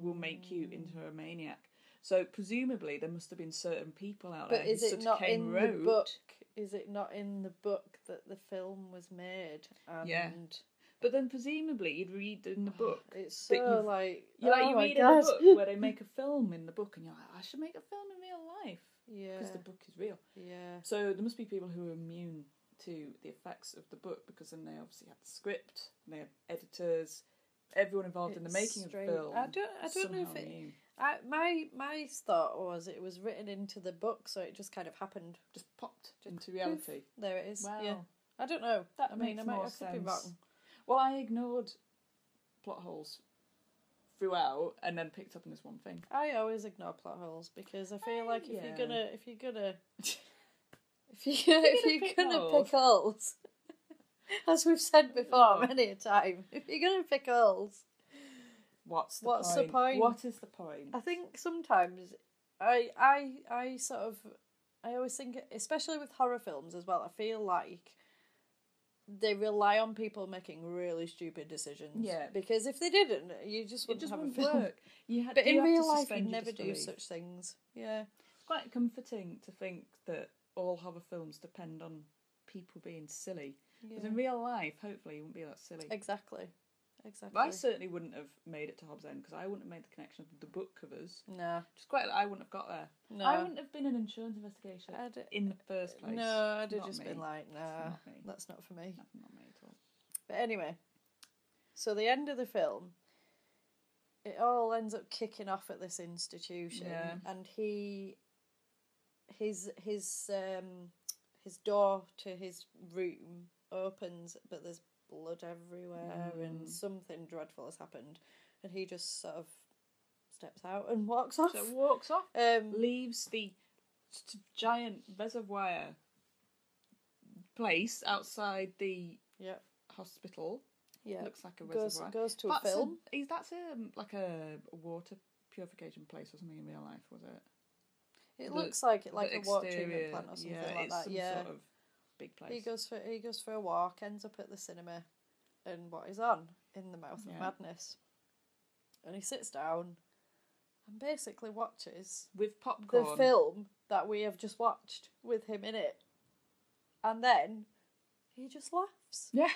Speaker 2: will make you
Speaker 1: Mm.
Speaker 2: into a maniac. So presumably there must have been certain people out
Speaker 1: But
Speaker 2: there.
Speaker 1: is
Speaker 2: who
Speaker 1: it
Speaker 2: sort of
Speaker 1: not
Speaker 2: came
Speaker 1: in
Speaker 2: road.
Speaker 1: the book? Is it not in the book that the film was made? And
Speaker 2: Yeah. But then presumably you'd read in the book.
Speaker 1: It's so
Speaker 2: that you've-
Speaker 1: like
Speaker 2: You like
Speaker 1: oh
Speaker 2: you
Speaker 1: my
Speaker 2: read
Speaker 1: God.
Speaker 2: in the book where they make a film in the book, and you're like, I should make a film in real life
Speaker 1: yeah,
Speaker 2: because the book is real.
Speaker 1: yeah,
Speaker 2: So there must be people who are immune to the effects of the book because then they obviously had the script, and they had editors, everyone involved in the
Speaker 1: It's
Speaker 2: making
Speaker 1: strange.
Speaker 2: of the film.
Speaker 1: I don't- I don't know if
Speaker 2: somehow
Speaker 1: it-
Speaker 2: knew.
Speaker 1: I, my my thought was it was written into the book, so it just kind of happened.
Speaker 2: just popped into reality.
Speaker 1: There it is. Yeah,
Speaker 2: Wow.
Speaker 1: I don't know.
Speaker 2: That
Speaker 1: I mean,
Speaker 2: makes
Speaker 1: I might
Speaker 2: more
Speaker 1: I could be
Speaker 2: sense.
Speaker 1: wrong.
Speaker 2: Well, I ignored plot holes throughout, and then picked up on this one thing.
Speaker 1: I always ignore plot holes because I feel
Speaker 2: Uh,
Speaker 1: like if
Speaker 2: yeah.
Speaker 1: you're gonna if you're gonna if you if
Speaker 2: gonna
Speaker 1: you're
Speaker 2: pick
Speaker 1: gonna
Speaker 2: holes.
Speaker 1: pick holes, as we've said before
Speaker 2: Yeah.
Speaker 1: many a time, if you're gonna pick holes,
Speaker 2: What's the
Speaker 1: What's the
Speaker 2: point?
Speaker 1: point?
Speaker 2: What is the point?
Speaker 1: I think sometimes I I I sort of I always think, especially with horror films as well, I feel like they rely on people making really stupid decisions.
Speaker 2: Yeah.
Speaker 1: Because if they didn't, you just
Speaker 2: It
Speaker 1: wouldn't
Speaker 2: just
Speaker 1: have
Speaker 2: wouldn't
Speaker 1: a film.
Speaker 2: work. You had,
Speaker 1: But
Speaker 2: you
Speaker 1: in
Speaker 2: have to
Speaker 1: real life,
Speaker 2: suspend
Speaker 1: you'd
Speaker 2: your
Speaker 1: never do
Speaker 2: disbelief.
Speaker 1: such things. Yeah.
Speaker 2: It's quite comforting to think that all horror films depend on people being silly. Because in real life, hopefully, you wouldn't be that silly.
Speaker 1: Exactly. Exactly.
Speaker 2: But I certainly wouldn't have made it to Hobbs End because I wouldn't have made the connection of the book covers.
Speaker 1: no.
Speaker 2: Just quite, I wouldn't have got there.
Speaker 1: No.
Speaker 2: I wouldn't have been an insurance investigation
Speaker 1: I'd-
Speaker 2: in the first place.
Speaker 1: No, I'd have
Speaker 2: Not
Speaker 1: just
Speaker 2: me.
Speaker 1: been like, nah,
Speaker 2: not me.
Speaker 1: that's not for me.
Speaker 2: Not, not me at all.
Speaker 1: But anyway, so the end of the film, it all ends up kicking off at this institution,
Speaker 2: Yeah.
Speaker 1: and he, his his um, his door to his room opens, but there's blood everywhere,
Speaker 2: Mm.
Speaker 1: and something dreadful has happened, and he just sort of steps out and walks off.
Speaker 2: So it walks off,
Speaker 1: um,
Speaker 2: leaves the t- giant reservoir place outside the
Speaker 1: yeah,
Speaker 2: hospital.
Speaker 1: yeah,
Speaker 2: Looks like a
Speaker 1: goes
Speaker 2: reservoir.
Speaker 1: goes to a
Speaker 2: That's
Speaker 1: film.
Speaker 2: is that's a like a water purification place or something in real life? Was it?
Speaker 1: It
Speaker 2: the-
Speaker 1: looks like it
Speaker 2: the
Speaker 1: like a water treatment
Speaker 2: exterior,
Speaker 1: plant or something
Speaker 2: yeah,
Speaker 1: like
Speaker 2: it's
Speaker 1: that.
Speaker 2: some
Speaker 1: yeah.
Speaker 2: sort of big place.
Speaker 1: He goes for he goes for a walk, ends up at the cinema, and what is on in the mouth
Speaker 2: Yeah.
Speaker 1: of madness, and he sits down, and basically watches
Speaker 2: with
Speaker 1: the
Speaker 2: popcorn.
Speaker 1: film that we have just watched with him in it, and then he just laughs.
Speaker 2: Yeah,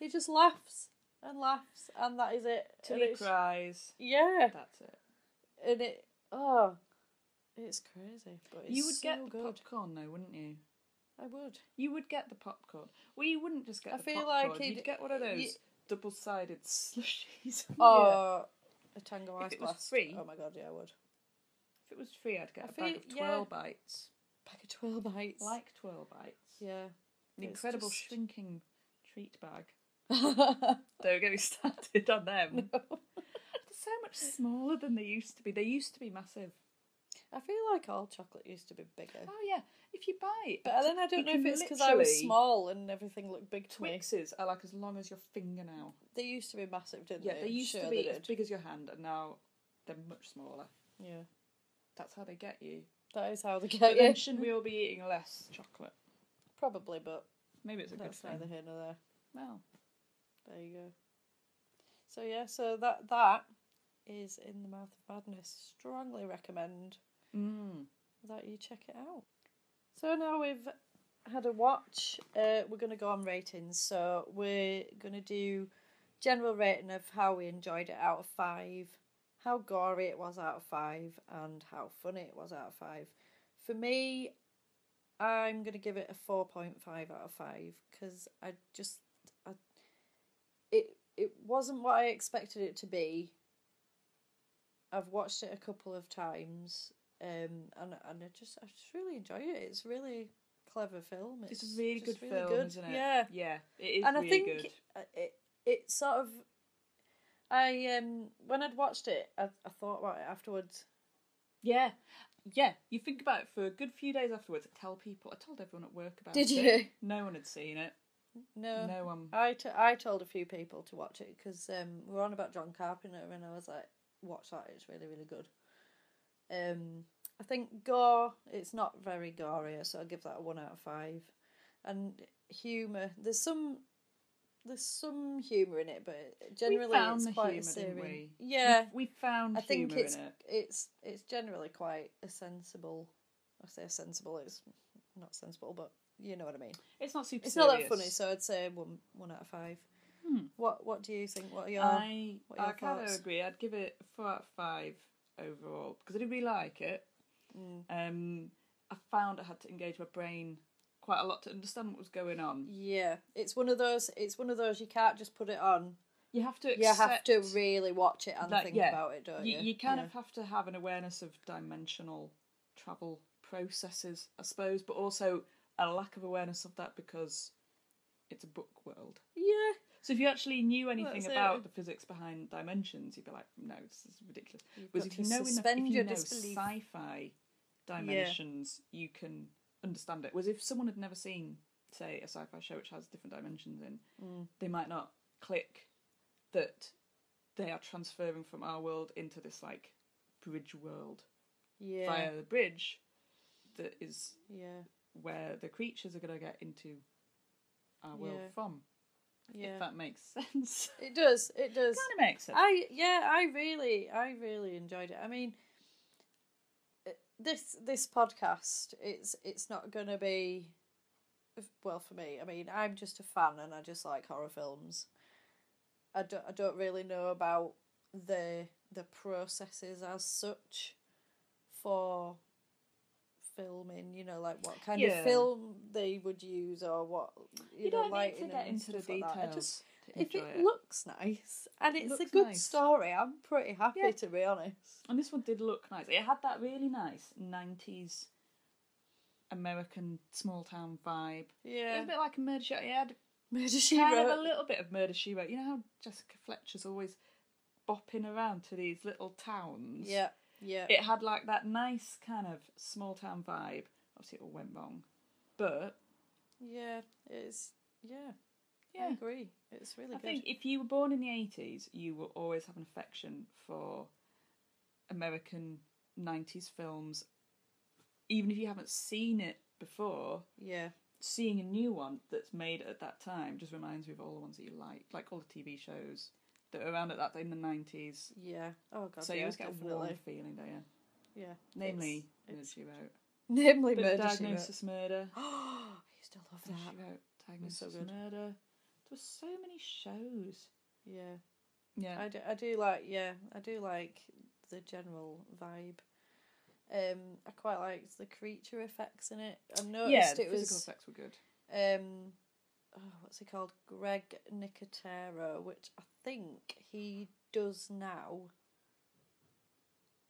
Speaker 1: He just laughs and laughs, and that is it.
Speaker 2: till
Speaker 1: And
Speaker 2: he
Speaker 1: it's-
Speaker 2: cries.
Speaker 1: Yeah,
Speaker 2: That's it.
Speaker 1: and it oh, it's crazy. But it's
Speaker 2: you would
Speaker 1: so
Speaker 2: get the
Speaker 1: good.
Speaker 2: popcorn though, wouldn't you?
Speaker 1: I would.
Speaker 2: You would get the popcorn. Well, you wouldn't just get.
Speaker 1: I
Speaker 2: the
Speaker 1: feel like
Speaker 2: popcorn.
Speaker 1: he'd-
Speaker 2: you'd get one of those
Speaker 1: y-
Speaker 2: double-sided slushies. Yeah.
Speaker 1: Oh, a tango
Speaker 2: If
Speaker 1: ice
Speaker 2: it was
Speaker 1: blast.
Speaker 2: free-
Speaker 1: Oh my god, yeah, I would.
Speaker 2: if it was free, I'd get
Speaker 1: I
Speaker 2: a bag
Speaker 1: feel-
Speaker 2: of
Speaker 1: yeah.
Speaker 2: twirl bites.
Speaker 1: Pack of twelve bites.
Speaker 2: Like twirl bites.
Speaker 1: Yeah.
Speaker 2: An
Speaker 1: It's
Speaker 2: incredible
Speaker 1: just-
Speaker 2: shrinking treat bag. Don't get me started on them. They're so much smaller than they used to be. They used to be massive.
Speaker 1: I feel like all chocolate used to be bigger.
Speaker 2: Oh yeah, if you buy,
Speaker 1: But then I don't know if it's because I was small and everything looked big to me.
Speaker 2: Twixes are like as long as your fingernail.
Speaker 1: They used to be massive, didn't
Speaker 2: Yeah,
Speaker 1: they?
Speaker 2: they
Speaker 1: I'm
Speaker 2: used
Speaker 1: sure
Speaker 2: to be
Speaker 1: They
Speaker 2: as
Speaker 1: did.
Speaker 2: big as your hand, and now they're much smaller.
Speaker 1: Yeah.
Speaker 2: That's how they get you.
Speaker 1: That is how they get
Speaker 2: But then
Speaker 1: you.
Speaker 2: shouldn't we all be eating less chocolate?
Speaker 1: Probably, but
Speaker 2: Maybe it's a
Speaker 1: that's
Speaker 2: good
Speaker 1: neither
Speaker 2: thing.
Speaker 1: here nor there.
Speaker 2: Well,
Speaker 1: There you go. So yeah, so that that is in the mouth of madness. Strongly recommend
Speaker 2: mm.
Speaker 1: that you check it out. So now we've had a watch. Uh, we're going to go on ratings. So we're going to do general rating of how we enjoyed it out of five, how gory it was out of five, and how funny it was out of five. For me, I'm going to give it a four point five out of five because I just I, it it wasn't what I expected it to be. I've watched it a couple of times, um, and and I just I just really enjoy it. It's a really clever film.
Speaker 2: it's, a really
Speaker 1: just
Speaker 2: good film, isn't it?
Speaker 1: Yeah,
Speaker 2: yeah, it is
Speaker 1: and
Speaker 2: really
Speaker 1: I think
Speaker 2: good.
Speaker 1: uh, it it sort of I um when I'd watched it, I, I thought about it afterwards.
Speaker 2: Yeah, yeah. You think about it for a good few days afterwards. Tell people. I told everyone at work about
Speaker 1: Did
Speaker 2: it.
Speaker 1: you?
Speaker 2: No one had seen it.
Speaker 1: No,
Speaker 2: No um, one.
Speaker 1: I, t- I told a few people to watch it because um, we were on about John Carpenter and I was like, watch that, it's really, really good. Um, I think gore, it's not very gory, so I'll give that a 1 out of 5. And humour, there's some there's some humour in it, but generally
Speaker 2: we found
Speaker 1: it's
Speaker 2: the
Speaker 1: quite
Speaker 2: humour,
Speaker 1: a
Speaker 2: didn't
Speaker 1: serious.
Speaker 2: we?
Speaker 1: Yeah,
Speaker 2: we, we found.
Speaker 1: I think
Speaker 2: humour
Speaker 1: it's
Speaker 2: in it.
Speaker 1: it's it's generally quite a sensible. I say sensible, it's not sensible, but you know what I mean.
Speaker 2: It's not super.
Speaker 1: It's
Speaker 2: serious. Hmm.
Speaker 1: not that funny, so I'd say one one out of five. What What do you think? What are your
Speaker 2: I
Speaker 1: what are
Speaker 2: I
Speaker 1: your
Speaker 2: kind
Speaker 1: thoughts?
Speaker 2: of agree. I'd give it four out of five overall because I did really like it.
Speaker 1: Mm.
Speaker 2: Um, I found I had to engage my brain quite a lot to understand what was going on.
Speaker 1: Yeah, it's one of those. It's one of those you can't just put it on.
Speaker 2: You have to.
Speaker 1: You have
Speaker 2: accept
Speaker 1: to really watch it and
Speaker 2: that-
Speaker 1: think
Speaker 2: yeah,
Speaker 1: about it, don't you?
Speaker 2: You kind
Speaker 1: Yeah.
Speaker 2: of have to have an awareness of dimensional travel processes, I suppose, but also a lack of awareness of that because it's a book world.
Speaker 1: yeah.
Speaker 2: So if you actually knew anything
Speaker 1: That's it.
Speaker 2: about the physics behind dimensions, you'd be like, no, this is ridiculous. Whereas
Speaker 1: got
Speaker 2: if you
Speaker 1: to
Speaker 2: know enough,
Speaker 1: suspend
Speaker 2: if you
Speaker 1: your
Speaker 2: know
Speaker 1: disbelief.
Speaker 2: sci-fi dimensions, you can understand it. Whereas if someone had never seen, say, a sci-fi show which has different dimensions in,
Speaker 1: Mm.
Speaker 2: they might not click that they are transferring from our world into this like bridge world
Speaker 1: Yeah.
Speaker 2: via the bridge. th- that is
Speaker 1: Yeah.
Speaker 2: where the creatures are going to get into our world
Speaker 1: Yeah.
Speaker 2: from.
Speaker 1: Yeah.
Speaker 2: If that makes sense.
Speaker 1: It does. It does.
Speaker 2: kind of makes sense.
Speaker 1: I yeah, I really, I really enjoyed it. I mean, uh, this this podcast, it's it's not gonna be, well for me. I mean, I'm just a fan, and I just like horror films. I don't, I don't really know about the the processes as such for filming. You know, like what kind
Speaker 2: Yeah.
Speaker 1: of film they would use, or what you,
Speaker 2: you
Speaker 1: know,
Speaker 2: don't need
Speaker 1: lighting
Speaker 2: to get
Speaker 1: and
Speaker 2: into the
Speaker 1: stuff like that.
Speaker 2: details.
Speaker 1: I just-
Speaker 2: to
Speaker 1: if
Speaker 2: enjoy
Speaker 1: it, looks nice and it's a
Speaker 2: Looks
Speaker 1: good
Speaker 2: nice.
Speaker 1: story, I'm pretty happy
Speaker 2: Yeah.
Speaker 1: to be honest.
Speaker 2: And this one did look nice. It had that really nice 90s American small town vibe. It was
Speaker 1: Yeah,
Speaker 2: a bit like a murder show. It had
Speaker 1: murder she
Speaker 2: kind
Speaker 1: wrote.
Speaker 2: of a little bit of murder she wrote. You know how Jessica Fletcher's always bopping around to these little towns?
Speaker 1: yeah, yeah,
Speaker 2: It had like that nice kind of small town vibe. Obviously, it all went wrong. But
Speaker 1: yeah. It's yeah, I
Speaker 2: yeah,
Speaker 1: agree. It's really
Speaker 2: I
Speaker 1: good.
Speaker 2: think if you were born in the 80s, you will always have an affection for American 90s films. Even if you haven't seen it before,
Speaker 1: yeah,
Speaker 2: seeing a new one that's made at that time just reminds you of all the ones that you like, like all the TV shows that were around at that time in the 90s.
Speaker 1: yeah. Oh god,
Speaker 2: so
Speaker 1: yeah,
Speaker 2: you always get a
Speaker 1: definitely.
Speaker 2: warm feeling, don't you?
Speaker 1: Yeah,
Speaker 2: Namely,
Speaker 1: it's,
Speaker 2: Murder,
Speaker 1: it's,
Speaker 2: She Wrote.
Speaker 1: namely
Speaker 2: Bit of
Speaker 1: murder she wrote.
Speaker 2: Diagnosis Murder.
Speaker 1: I used to love
Speaker 2: Murder,
Speaker 1: that.
Speaker 2: She Wrote. Diagnosis
Speaker 1: so good.
Speaker 2: Murder. There were so many shows.
Speaker 1: Yeah,
Speaker 2: Yeah.
Speaker 1: I do, I do like yeah, I do like the general vibe. Um, I quite liked the creature effects in it. I noticed
Speaker 2: yeah, the
Speaker 1: it was
Speaker 2: physical effects were good.
Speaker 1: um oh, what's he called greg nicotero which i think he does now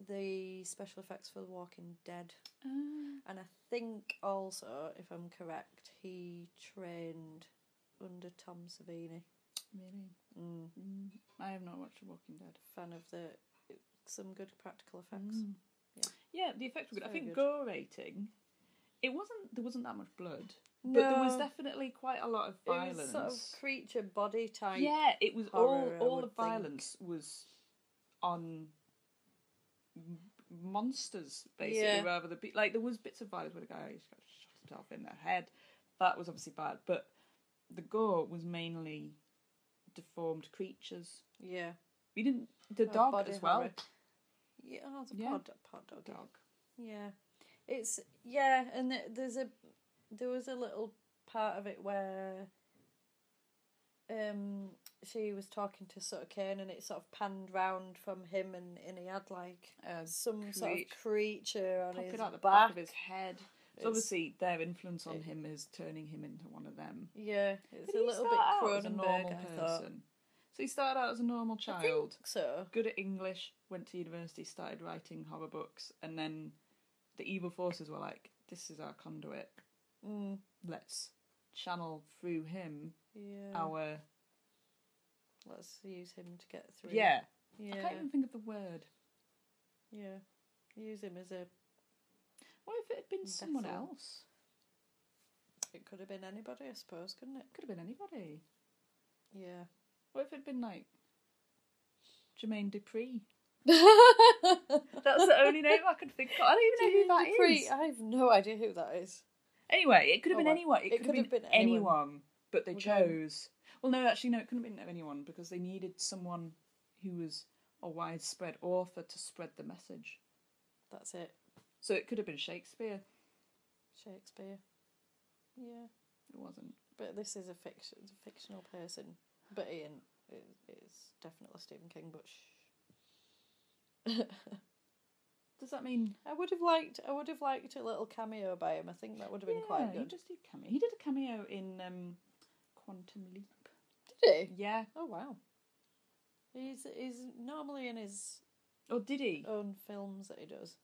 Speaker 1: the special effects for the walking dead
Speaker 2: Oh.
Speaker 1: and i think also if i'm correct he trained under tom savini
Speaker 2: Really?
Speaker 1: mm,
Speaker 2: Mm, I have not watched The Walking Dead.
Speaker 1: fan of the some good practical effects
Speaker 2: Mm, Yeah, the effects were good. I
Speaker 1: It's very
Speaker 2: think
Speaker 1: good.
Speaker 2: gore rating, it wasn't there wasn't that much blood, but there was
Speaker 1: No.
Speaker 2: definitely quite a lot of
Speaker 1: it
Speaker 2: violence.
Speaker 1: was sort of creature body type
Speaker 2: yeah, it was
Speaker 1: horror, I
Speaker 2: all all
Speaker 1: would
Speaker 2: the
Speaker 1: think.
Speaker 2: violence was on m- monsters basically
Speaker 1: Yeah.
Speaker 2: rather than be- like there was bits of violence where the guy just got shot himself in the head. That was obviously bad, but the gore was mainly deformed creatures.
Speaker 1: yeah
Speaker 2: We didn't the
Speaker 1: Oh,
Speaker 2: dog
Speaker 1: body
Speaker 2: as well.
Speaker 1: horror. yeah oh the
Speaker 2: Yeah.
Speaker 1: pod, pod dog yeah.
Speaker 2: Dog.
Speaker 1: Yeah, it's yeah, and th- there's a there was a little part of it where um she was talking to sort of Kane, and it sort of panned round from him, and, and he had like
Speaker 2: Uh,
Speaker 1: some sort
Speaker 2: creat-
Speaker 1: of creature on
Speaker 2: popping
Speaker 1: his
Speaker 2: out the back
Speaker 1: back.
Speaker 2: of his head. So
Speaker 1: It's-
Speaker 2: obviously, their influence on him is turning him into one of them.
Speaker 1: Yeah, it's
Speaker 2: Did
Speaker 1: a
Speaker 2: he
Speaker 1: little bit
Speaker 2: start out as a
Speaker 1: Cronenberg.
Speaker 2: normal
Speaker 1: I thought.
Speaker 2: person? So he started out as a normal
Speaker 1: I think
Speaker 2: child,
Speaker 1: so.
Speaker 2: good at English, went to university, started writing horror books, and then the evil forces were like, "This is our conduit.
Speaker 1: Mm,
Speaker 2: Let's channel through him
Speaker 1: yeah,
Speaker 2: our
Speaker 1: let's use him to get through.
Speaker 2: yeah."
Speaker 1: yeah,
Speaker 2: I can't even think of the word.
Speaker 1: yeah. Use him as a.
Speaker 2: What if it had been someone
Speaker 1: Vessel.
Speaker 2: else?
Speaker 1: It could have been anybody, I suppose, couldn't it?
Speaker 2: Could have been anybody.
Speaker 1: Yeah.
Speaker 2: What if it had been like Jermaine Dupree? That's the only name I could think of. I don't even know who that is.
Speaker 1: Dupree, I have no idea who that is.
Speaker 2: Anyway, it could have
Speaker 1: Oh,
Speaker 2: been
Speaker 1: well,
Speaker 2: anyone. It, could have been, anyone, but they
Speaker 1: Okay.
Speaker 2: chose. Well, no, actually, no, it couldn't have been anyone because they needed someone who was a widespread author to spread the message.
Speaker 1: That's it.
Speaker 2: So it could have been Shakespeare.
Speaker 1: Shakespeare. Yeah,
Speaker 2: It wasn't.
Speaker 1: but this is a fiction, fictional person. But Ian, it, it's definitely Stephen King. But shh.
Speaker 2: Does that mean?
Speaker 1: I would have liked, I would have liked a little cameo by him. I think that would have been quite
Speaker 2: Yeah, he
Speaker 1: good.
Speaker 2: just did cameo. He did a cameo in um, Quantum Leap.
Speaker 1: Did he?
Speaker 2: Yeah.
Speaker 1: Oh wow. He's he's normally in his
Speaker 2: Or Oh, did he?
Speaker 1: own films that he does,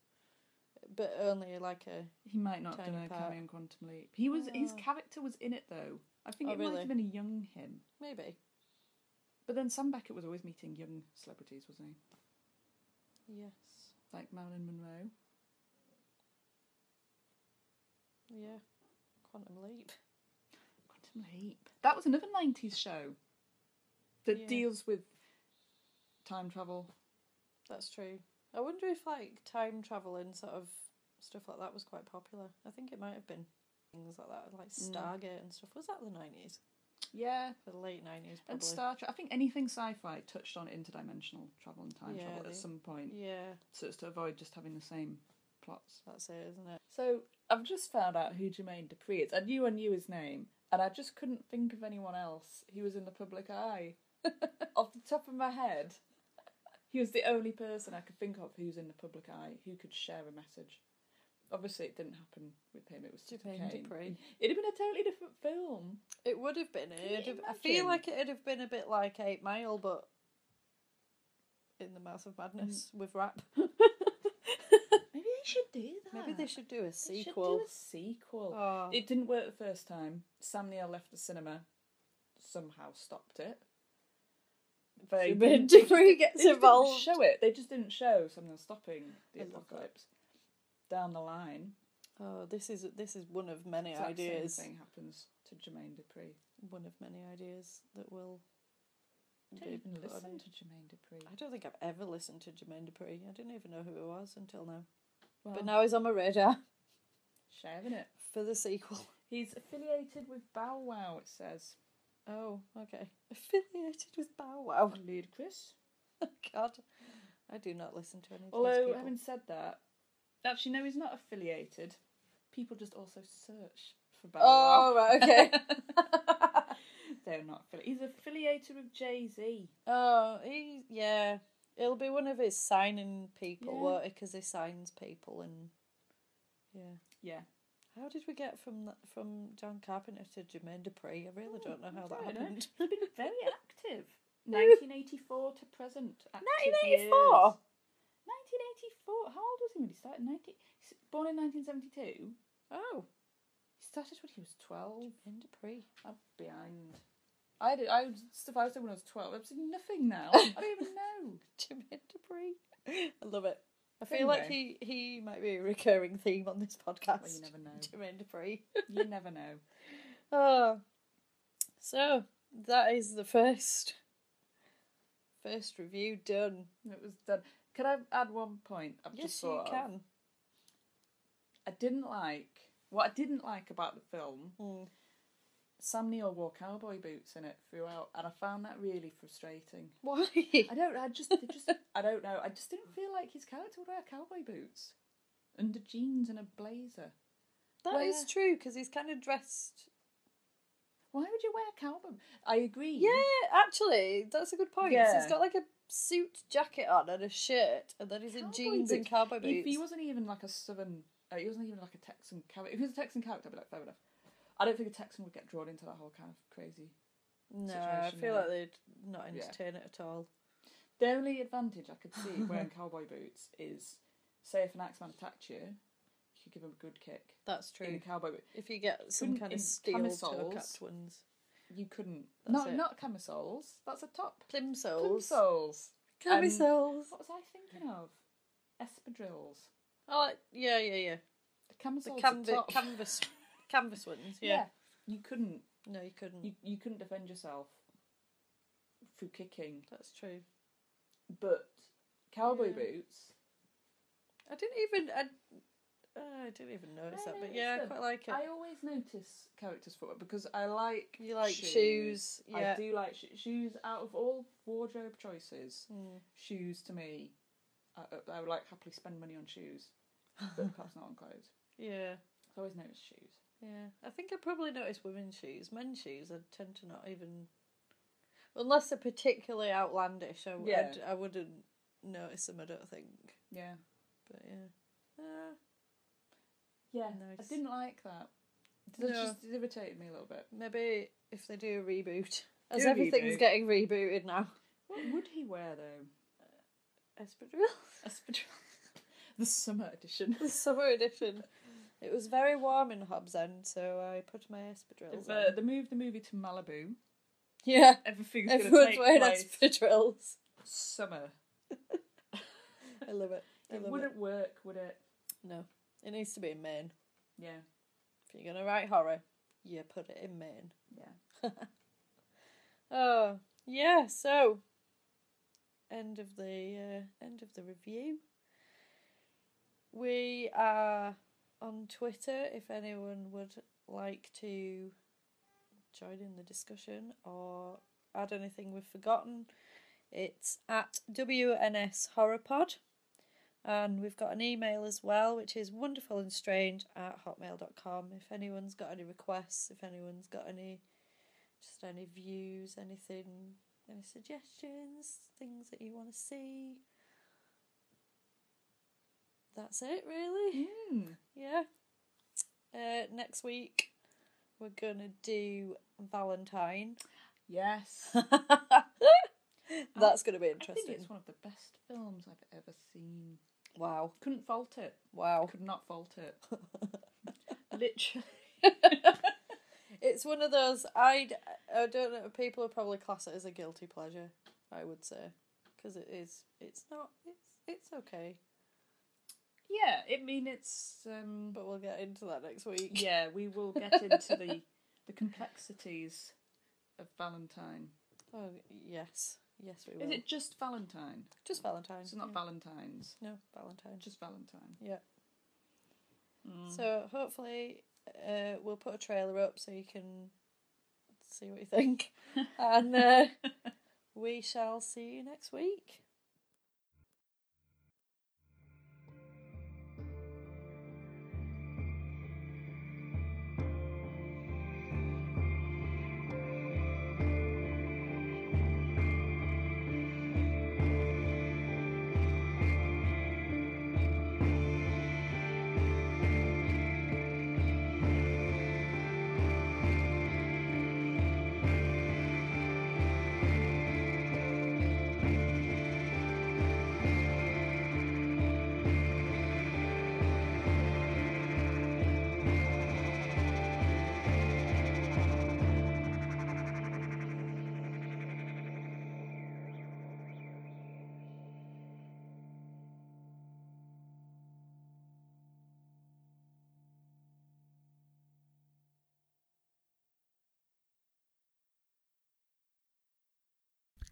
Speaker 1: but only like a
Speaker 2: He might not have done
Speaker 1: Tiny
Speaker 2: a
Speaker 1: part.
Speaker 2: cameo in Quantum Leap. He was. His
Speaker 1: Oh.
Speaker 2: character was in it though. I think
Speaker 1: Oh,
Speaker 2: it might
Speaker 1: really?
Speaker 2: have been a young him.
Speaker 1: maybe.
Speaker 2: But then Sam Beckett was always meeting young celebrities, wasn't he?
Speaker 1: Yes.
Speaker 2: Like Marilyn Monroe.
Speaker 1: Yeah. Quantum leap.
Speaker 2: Quantum Leap. That was another 90s show that
Speaker 1: Yeah.
Speaker 2: deals with time travel.
Speaker 1: That's true. I wonder if like time travel in sort of stuff like that was quite popular. I think it might have been things like that, like
Speaker 2: Hmm.
Speaker 1: Stargate and stuff. Was that the nineties?
Speaker 2: Yeah.
Speaker 1: The late nineties, probably.
Speaker 2: And Star Trek, I think anything sci-fi touched on interdimensional travel and time
Speaker 1: Yeah,
Speaker 2: travel
Speaker 1: they-
Speaker 2: at some point,
Speaker 1: yeah,
Speaker 2: so as to avoid just having the same plots.
Speaker 1: that's it, isn't it?
Speaker 2: So I've just found out who Jermaine Dupree is. I knew I knew his name, and I just couldn't think of anyone else who was in the public eye. Off the top of my head, he was the only person I could think of who was in the public eye who could share a message. Obviously, it didn't happen with him. It was Sister
Speaker 1: Jermaine
Speaker 2: Kane.
Speaker 1: Dupri.
Speaker 2: It'd have been a totally different film.
Speaker 1: It would have been.
Speaker 2: you
Speaker 1: It. I feel
Speaker 2: imagine?
Speaker 1: like it'd have been a bit like Eight Mile, but in the mouth of madness
Speaker 2: Hmm.
Speaker 1: with rap.
Speaker 2: Maybe they should do
Speaker 1: Maybe they should do a
Speaker 2: They should
Speaker 1: sequel.
Speaker 2: do a sequel.
Speaker 1: Oh.
Speaker 2: It didn't work the first time. Sam Neill left the cinema. Somehow stopped it. They
Speaker 1: Jermaine
Speaker 2: didn't- they just
Speaker 1: Dupri
Speaker 2: didn't-
Speaker 1: gets
Speaker 2: they just didn't
Speaker 1: involved.
Speaker 2: show it. They just didn't show Sam Neill stopping the
Speaker 1: I love that.
Speaker 2: apocalypse down the line.
Speaker 1: Oh, this is this is one of many
Speaker 2: Exact
Speaker 1: ideas.
Speaker 2: Same thing happens to Jermaine Dupri.
Speaker 1: One of many ideas that will.
Speaker 2: I
Speaker 1: be
Speaker 2: don't even
Speaker 1: put on
Speaker 2: listen
Speaker 1: it.
Speaker 2: to Jermaine Dupri.
Speaker 1: I don't think I've ever listened to Jermaine Dupri. I didn't even know who he was until now.
Speaker 2: Well,
Speaker 1: But now he's on my radar
Speaker 2: sharing it.
Speaker 1: for the sequel.
Speaker 2: He's affiliated with Bow Wow. It says
Speaker 1: Oh, okay. Affiliated with Bow Wow.
Speaker 2: Oh, ludicrous.
Speaker 1: God, I do not listen to any of these
Speaker 2: Although,
Speaker 1: people.
Speaker 2: having said that, actually, no, he's not affiliated. People just also search for Bow Wow.
Speaker 1: Oh, right, okay.
Speaker 2: They're not affiliated. He's affiliated with Jay Z.
Speaker 1: oh, he, yeah. It'll be one of his signing people,
Speaker 2: Yeah.
Speaker 1: won't it? Because he signs people and. Yeah.
Speaker 2: Yeah.
Speaker 1: How did we get from th- from John Carpenter to Jermaine Dupri? I really don't know how that
Speaker 2: Oh, I don't
Speaker 1: happened.
Speaker 2: know. He's been very active. 1984 to present. active
Speaker 1: 1984?
Speaker 2: years. 1984. How old was he when he started? 90. he's Born in 1972.
Speaker 1: Oh,
Speaker 2: He started when he was 12.
Speaker 1: Jermaine Dupri.
Speaker 2: I'm behind. I did. I was stuff I was doing when I was 12. I've seen nothing now. I don't even know.
Speaker 1: Jermaine Dupri. I love it. I feel like he, he might be a recurring theme on this podcast.
Speaker 2: Well, you never know.
Speaker 1: Jermaine Dupri.
Speaker 2: You never know.
Speaker 1: Oh, so that is the first first review done.
Speaker 2: It was done. Could I add one point? I've
Speaker 1: Yes,
Speaker 2: just
Speaker 1: you
Speaker 2: thought of?
Speaker 1: can.
Speaker 2: I didn't like what I didn't like about the film. Sam Neill wore cowboy boots in it throughout, and I found that really frustrating.
Speaker 1: Why?
Speaker 2: I don't. I just. they just I don't know. I just didn't feel like his character would wear cowboy boots, under jeans and a blazer.
Speaker 1: That is
Speaker 2: Where?
Speaker 1: true because he's kind of dressed.
Speaker 2: Why would you wear cowboy? I agree.
Speaker 1: Yeah, actually, that's a good point. 'cause
Speaker 2: Hmm. Yeah.
Speaker 1: he's got like a suit jacket on and a shirt, and then he's in
Speaker 2: Cowboy
Speaker 1: jeans and
Speaker 2: boots.
Speaker 1: cowboy
Speaker 2: If
Speaker 1: boots.
Speaker 2: he wasn't even like a southern, uh, he wasn't even like a Texan character. If he was a Texan character, I'd be like, fair enough. I don't think a Texan would get drawn into that whole kind of crazy
Speaker 1: no, I
Speaker 2: situation
Speaker 1: feel
Speaker 2: there.
Speaker 1: like they'd not
Speaker 2: Yeah.
Speaker 1: entertain it at all.
Speaker 2: The only advantage I could see wearing cowboy boots is, say, if an axeman attacked you, you could give him a good kick
Speaker 1: That's
Speaker 2: in a
Speaker 1: true.
Speaker 2: cowboy boot.
Speaker 1: If you get some
Speaker 2: Couldn't
Speaker 1: kind
Speaker 2: in
Speaker 1: of steel toe
Speaker 2: camisoles.
Speaker 1: capped ones,
Speaker 2: You couldn't.
Speaker 1: That's
Speaker 2: no,
Speaker 1: it.
Speaker 2: not camisoles. That's a top.
Speaker 1: plimsolls,
Speaker 2: Camisoles. Um,
Speaker 1: camisoles.
Speaker 2: What was I thinking of? Espadrilles.
Speaker 1: Oh, like- yeah, yeah, yeah.
Speaker 2: A camisole's
Speaker 1: the
Speaker 2: a
Speaker 1: canva-
Speaker 2: top.
Speaker 1: canvas canvas ones. Yeah.
Speaker 2: You couldn't.
Speaker 1: No, you couldn't.
Speaker 2: You, you couldn't defend yourself through kicking,
Speaker 1: That's true.
Speaker 2: but cowboy
Speaker 1: Yeah.
Speaker 2: boots.
Speaker 1: I didn't even I, uh, I didn't even notice that, but
Speaker 2: noticed
Speaker 1: yeah, I
Speaker 2: them.
Speaker 1: quite like it.
Speaker 2: I always notice characters' footwear because I like
Speaker 1: You like shoes, yeah.
Speaker 2: I do like sho shoes. Out of all wardrobe choices,
Speaker 1: Hmm.
Speaker 2: shoes to me, I, uh, I would like happily spend money on shoes, but perhaps not on clothes.
Speaker 1: yeah,
Speaker 2: I always notice shoes.
Speaker 1: yeah. I think I probably noticed women's shoes. Men's shoes, I tend to not even, unless they're particularly outlandish. I, w-
Speaker 2: Yeah.
Speaker 1: I'd- I wouldn't notice them. I don't think.
Speaker 2: Yeah,
Speaker 1: But yeah, uh,
Speaker 2: yeah. I
Speaker 1: Nice.
Speaker 2: didn't like that. That
Speaker 1: No.
Speaker 2: just irritated me a little bit.
Speaker 1: maybe if they do a reboot, as
Speaker 2: Do a
Speaker 1: everything's
Speaker 2: reboot.
Speaker 1: getting rebooted now.
Speaker 2: What would he wear though?
Speaker 1: Espadrilles.
Speaker 2: the summer edition.
Speaker 1: the summer edition. It was very warm in Hobbs End, so I put my espadrilles
Speaker 2: The,
Speaker 1: on.
Speaker 2: uh, the move the movie to Malibu.
Speaker 1: Yeah,
Speaker 2: Everything's going to
Speaker 1: everyone's
Speaker 2: take
Speaker 1: wearing
Speaker 2: place
Speaker 1: espadrilles.
Speaker 2: summer.
Speaker 1: I love it. I
Speaker 2: It
Speaker 1: love
Speaker 2: wouldn't
Speaker 1: it.
Speaker 2: work, would it?
Speaker 1: No, it needs to be in Maine.
Speaker 2: Yeah,
Speaker 1: If you're gonna write horror, you put it in Maine.
Speaker 2: yeah.
Speaker 1: Oh yeah, so end of the uh, end of the review. We are on Twitter if anyone would like to join in the discussion or add anything we've forgotten. It's at WNS Horror Pod. And we've got an email as well, which is wonderful and strange at hotmail.com. If anyone's got any requests, if anyone's got any just any views, anything, any suggestions, things that you want to see. That's it, really.
Speaker 2: Hmm.
Speaker 1: Yeah. Uh, next week, we're going to do Valentine.
Speaker 2: Yes.
Speaker 1: That's going to be
Speaker 2: I think
Speaker 1: interesting.
Speaker 2: it's one of the best films I've ever seen.
Speaker 1: Wow.
Speaker 2: Couldn't fault it.
Speaker 1: Wow.
Speaker 2: Could not fault it. Literally.
Speaker 1: It's one of those I I don't know. People would probably class it as a guilty pleasure. I would say because it is. It's not. It's it's okay.
Speaker 2: Yeah, I mean it's um
Speaker 1: But we'll get into that next week.
Speaker 2: yeah, we will get into the the complexities of Valentine.
Speaker 1: Oh yes, yes we will.
Speaker 2: Is it just Valentine?
Speaker 1: just Valentine's?
Speaker 2: It's not Valentine's.
Speaker 1: no Valentine's.
Speaker 2: Just Valentine.
Speaker 1: Yeah. So hopefully, uh, we'll put a trailer up so you can see what you think, and uh, we shall see you next week.